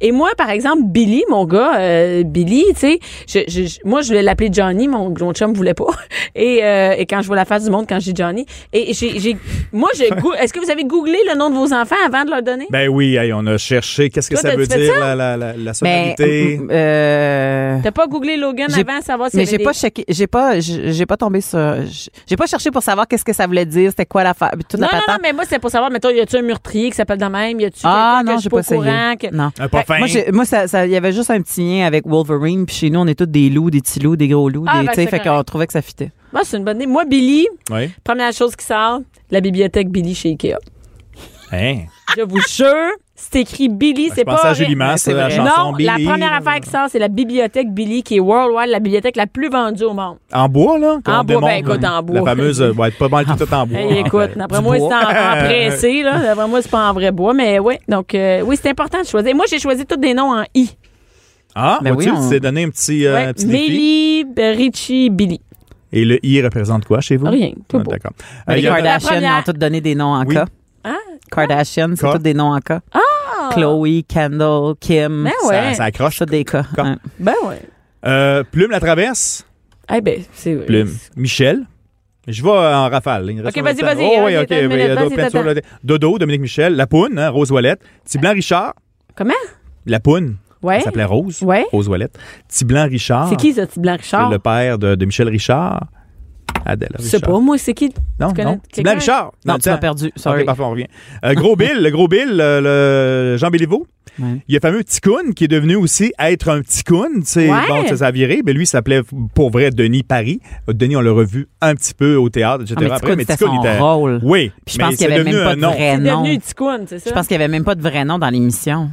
Speaker 3: Et moi, par exemple, Billy, mon gars, euh, Billy, tu sais, je, je- je- moi, je voulais l'appeler Johnny, mon, mon chum voulait pas. Et, euh, et quand je vois la face du monde, quand je dis Johnny, et j'ai, j'ai, moi, j'ai, goo- est-ce que vous avez googlé le nom de vos enfants avant de leur donner?
Speaker 5: Ben oui, hey, on a cherché qu'est-ce que
Speaker 3: Toi,
Speaker 5: ça
Speaker 3: t'as-tu
Speaker 5: veut
Speaker 3: fait
Speaker 5: dire la la la, la
Speaker 6: Mais,
Speaker 5: sororité.
Speaker 6: euh,
Speaker 3: T'as pas googlé Logan
Speaker 6: J'ai-
Speaker 3: avant de savoir si
Speaker 6: Mais j'ai pas checké, j'ai pas, j'ai j'ai pas tombé sur, j'ai pas cherché pour savoir qu'est-ce que ça voulait dire, c'était quoi l'affaire, puis toute
Speaker 3: Non,
Speaker 6: la
Speaker 3: non,
Speaker 6: patente.
Speaker 3: non, mais moi, c'est pour savoir, mettons, y a-tu un meurtrier qui s'appelle de même? Y a-tu
Speaker 6: Ah
Speaker 3: quelqu'un que
Speaker 6: non,
Speaker 3: je suis
Speaker 6: j'ai
Speaker 3: pas
Speaker 6: pas
Speaker 3: au
Speaker 6: essayé.
Speaker 3: courant? que-
Speaker 6: Non.
Speaker 5: Un pas faim.
Speaker 6: Moi, j'ai- moi, ça, ça- il y avait juste un petit lien avec Wolverine. Puis chez nous, on est tous des loups, des petits loups, des gros loups.
Speaker 3: Ah,
Speaker 6: des,
Speaker 3: ben,
Speaker 6: tu sais,
Speaker 3: c'est
Speaker 6: fait qu'on
Speaker 3: correct.
Speaker 6: trouvait que ça fitait.
Speaker 3: Moi, Ah, c'est une bonne idée. Moi, Billy,
Speaker 5: Oui.
Speaker 3: première chose qui sort, la bibliothèque Billy chez Ikea.
Speaker 5: Hein. Ben,
Speaker 3: Je vous jure, c'est écrit Billy,
Speaker 5: Je
Speaker 3: c'est pas.
Speaker 5: pensais à
Speaker 3: vrai.
Speaker 5: Julie Masse,
Speaker 6: c'est
Speaker 5: la
Speaker 6: vrai.
Speaker 5: chanson
Speaker 3: non,
Speaker 5: Billy.
Speaker 3: la première affaire qui sort, c'est la bibliothèque Billy, qui est worldwide, la bibliothèque la plus vendue au monde.
Speaker 5: En bois, là? qu'on
Speaker 3: En bois, ben,
Speaker 5: démonte,
Speaker 3: écoute,
Speaker 5: là.
Speaker 3: en bois.
Speaker 5: La fameuse, euh, va être pas mal tout en bois.
Speaker 3: Hey,
Speaker 5: en
Speaker 3: écoute,
Speaker 5: fait.
Speaker 3: d'après
Speaker 5: Du
Speaker 3: moi, c'est
Speaker 5: bois.
Speaker 3: en, en pressé, là. D'après moi, c'est pas en vrai bois, mais oui. Donc, euh, oui, c'est important de choisir. Moi, j'ai choisi tous des noms en I.
Speaker 5: Ah,
Speaker 6: Ben
Speaker 5: vois-tu,
Speaker 6: oui, on-
Speaker 5: tu t'es donné un petit, euh,
Speaker 3: Ouais.
Speaker 5: un petit défi.
Speaker 3: Millie, Richie, Billy.
Speaker 5: Et le I représente quoi chez vous?
Speaker 3: Rien, tout
Speaker 5: Ah,
Speaker 3: beau.
Speaker 5: D'accord.
Speaker 6: Mais
Speaker 5: Euh, il
Speaker 6: les
Speaker 5: y a-
Speaker 6: Kardashians,
Speaker 3: La
Speaker 6: ils
Speaker 3: première-
Speaker 6: ont toutes donné des noms en
Speaker 5: Oui.
Speaker 6: cas.
Speaker 3: Hein?
Speaker 6: Kardashians, c'est
Speaker 5: Cas.
Speaker 6: tous des noms en cas.
Speaker 3: Ah!
Speaker 6: Chloe, Kendall, Kim.
Speaker 3: Ben
Speaker 6: ça-
Speaker 3: ouais.
Speaker 5: ça accroche.
Speaker 6: C'est tous des cas.
Speaker 5: Cas.
Speaker 6: hein.
Speaker 3: Ben ouais.
Speaker 5: Euh, Plume la traverse.
Speaker 3: Eh ben, c'est vrai.
Speaker 5: Plume. Michel. Je vais euh, en rafale. Il me reste
Speaker 3: Ok,
Speaker 5: combien
Speaker 3: vas-y,
Speaker 5: de temps?
Speaker 3: vas-y, hein,
Speaker 5: Oh, oui,
Speaker 3: vas-y,
Speaker 5: ok.
Speaker 3: t'as une
Speaker 5: oui, il y a
Speaker 3: minute,
Speaker 5: d'autres
Speaker 3: vas-y,
Speaker 5: plein de choses. Dodo, Dominique Michel. La Poune, hein, Rose Ouellette. Petit Blanc Richard.
Speaker 3: Comment?
Speaker 5: La Poune.
Speaker 3: Ouais.
Speaker 5: Elle s'appelait Rose.
Speaker 3: Ouais.
Speaker 5: Rose Ouellette. Petit Blanc Richard.
Speaker 3: C'est qui, ce petit blanc
Speaker 5: C'est
Speaker 3: Richard?
Speaker 5: le père de, de Michel Richard. Adèle
Speaker 3: Je
Speaker 5: Richard.
Speaker 3: sais pas, moi, c'est qui?
Speaker 5: Non,
Speaker 3: connais
Speaker 5: non. Petit
Speaker 3: quelqu'un?
Speaker 5: Blanc Richard. Dans
Speaker 6: Non,
Speaker 5: le
Speaker 6: tu m'as
Speaker 5: temps.
Speaker 6: perdu. Sorry.
Speaker 5: OK, parfait, on revient. Euh, gros Bill, le gros Bill, euh, le Jean Béliveau.
Speaker 6: Ouais.
Speaker 5: Il y a le fameux Ticoun qui est devenu aussi être un Ticoun. tu sais,
Speaker 3: Ouais.
Speaker 5: Bon, ça s'est avéré. Mais lui, il s'appelait pour vrai Denis Paris. Denis, on l'a revu un petit peu au théâtre, etc.
Speaker 6: Ah, mais Ticoun,
Speaker 5: Après,
Speaker 6: c'était
Speaker 5: Ticoun,
Speaker 6: son rôle.
Speaker 5: Oui.
Speaker 6: Puis je
Speaker 5: mais
Speaker 6: pense qu'il
Speaker 5: c'est
Speaker 6: n'y avait
Speaker 5: devenu
Speaker 6: même pas
Speaker 5: un
Speaker 6: de
Speaker 5: nom.
Speaker 6: vrai
Speaker 3: C'est
Speaker 6: nom.
Speaker 3: devenu Ticoun, c'est ça?
Speaker 6: Je pense qu'il n'y avait même pas de vrai nom dans l'émission.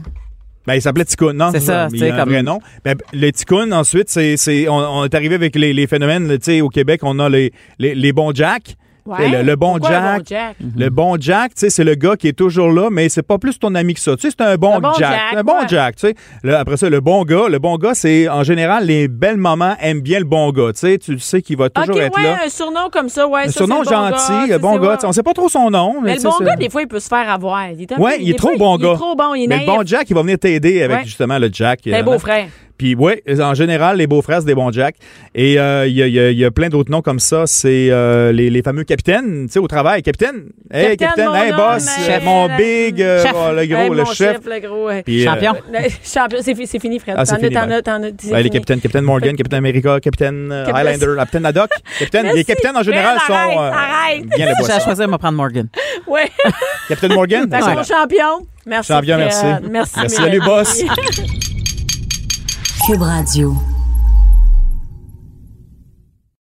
Speaker 5: Ben, il s'appelait Ticoun, non?
Speaker 6: C'est ça,
Speaker 5: Il
Speaker 6: tu sais,
Speaker 5: a un
Speaker 6: comme-
Speaker 5: vrai nom. Ben, le Ticoun, ensuite, c'est, c'est- on, on est arrivé avec les, les phénomènes. Tu sais, au Québec, on a les, les, les bons Jack.
Speaker 3: Ouais.
Speaker 5: Le, le bon
Speaker 3: Pourquoi
Speaker 5: Jack.
Speaker 3: le bon Jack?
Speaker 5: Le bon Jack, tu sais, c'est le gars qui est toujours là, mais c'est pas plus ton ami que ça. Tu sais, c'est un bon,
Speaker 3: Le bon Jack,
Speaker 5: un bon
Speaker 3: ouais.
Speaker 5: Jack, tu sais. Là, après ça, le bon gars, le bon gars, c'est en général les belles mamans aiment bien le bon gars. Tu sais, tu sais qu'il va toujours
Speaker 3: ok,
Speaker 5: être
Speaker 3: ouais,
Speaker 5: là.
Speaker 3: un surnom comme ça, ouais.
Speaker 5: Un
Speaker 3: ça,
Speaker 5: surnom
Speaker 3: c'est le bon
Speaker 5: gentil,
Speaker 3: gars,
Speaker 5: le
Speaker 3: ça,
Speaker 5: bon
Speaker 3: c'est-
Speaker 5: gars. tu sais, On sait pas trop son nom.
Speaker 3: Mais
Speaker 5: tu
Speaker 3: le
Speaker 5: sais,
Speaker 3: bon
Speaker 5: c'est-
Speaker 3: gars, des fois, il peut se faire avoir. Il est, un peu-
Speaker 5: Ouais, il est
Speaker 3: des
Speaker 5: trop
Speaker 3: fois,
Speaker 5: bon
Speaker 3: Il
Speaker 5: gars.
Speaker 3: est trop bon, il est
Speaker 5: Mais le
Speaker 3: naïf.
Speaker 5: bon Jack, il va venir t'aider avec
Speaker 3: Ouais.
Speaker 5: justement le Jack.
Speaker 3: C'est un
Speaker 5: euh,
Speaker 3: beau
Speaker 5: nanana.
Speaker 3: frère.
Speaker 5: Puis oui, en général, les beaux-frères, c'est des bons Jack. Et euh, il y, a- il y a- il y a plein d'autres noms comme ça. C'est euh, les, les fameux capitaines, tu sais, au travail. Capitaine, hey,
Speaker 3: Capitaine,
Speaker 5: capitaine,
Speaker 3: mon
Speaker 5: hey,
Speaker 3: homme,
Speaker 5: boss,
Speaker 3: hey,
Speaker 5: euh, mon
Speaker 3: la-
Speaker 5: big, euh,
Speaker 6: Chef.
Speaker 5: oh, le gros,
Speaker 3: Hey,
Speaker 5: le
Speaker 3: mon
Speaker 5: chef.
Speaker 3: le gros. ouais.
Speaker 5: Puis, euh,
Speaker 6: Champion.
Speaker 3: Le Champion, c'est fi- c'est fini, Fred.
Speaker 5: Ah, c'est
Speaker 3: t'en as,
Speaker 5: fini,
Speaker 3: t'en
Speaker 5: ben.
Speaker 3: as, t'en as. c'est
Speaker 5: Ouais, les
Speaker 3: fini.
Speaker 5: capitaines, Capitaine Morgan, Capitaine America, Capitaine euh,
Speaker 3: Capitaine-
Speaker 5: Highlander, Capitaine Haddock. Capitaine, les
Speaker 3: Merci.
Speaker 5: capitaines en général
Speaker 3: Fred,
Speaker 5: sont
Speaker 3: arrête,
Speaker 5: euh,
Speaker 3: arrête.
Speaker 5: bien les
Speaker 6: Si j'ai à
Speaker 5: boissons.
Speaker 6: choisir, on va prendre Morgan.
Speaker 3: Ouais.
Speaker 5: Capitaine Morgan,
Speaker 3: Fait
Speaker 5: c'est
Speaker 3: qu'on
Speaker 5: là.
Speaker 3: champion. Merci.
Speaker 5: Champion,
Speaker 3: Fred.
Speaker 5: merci.
Speaker 3: Merci.
Speaker 5: Merci,
Speaker 3: Mélanie.
Speaker 5: salut boss.
Speaker 1: Cube Radio.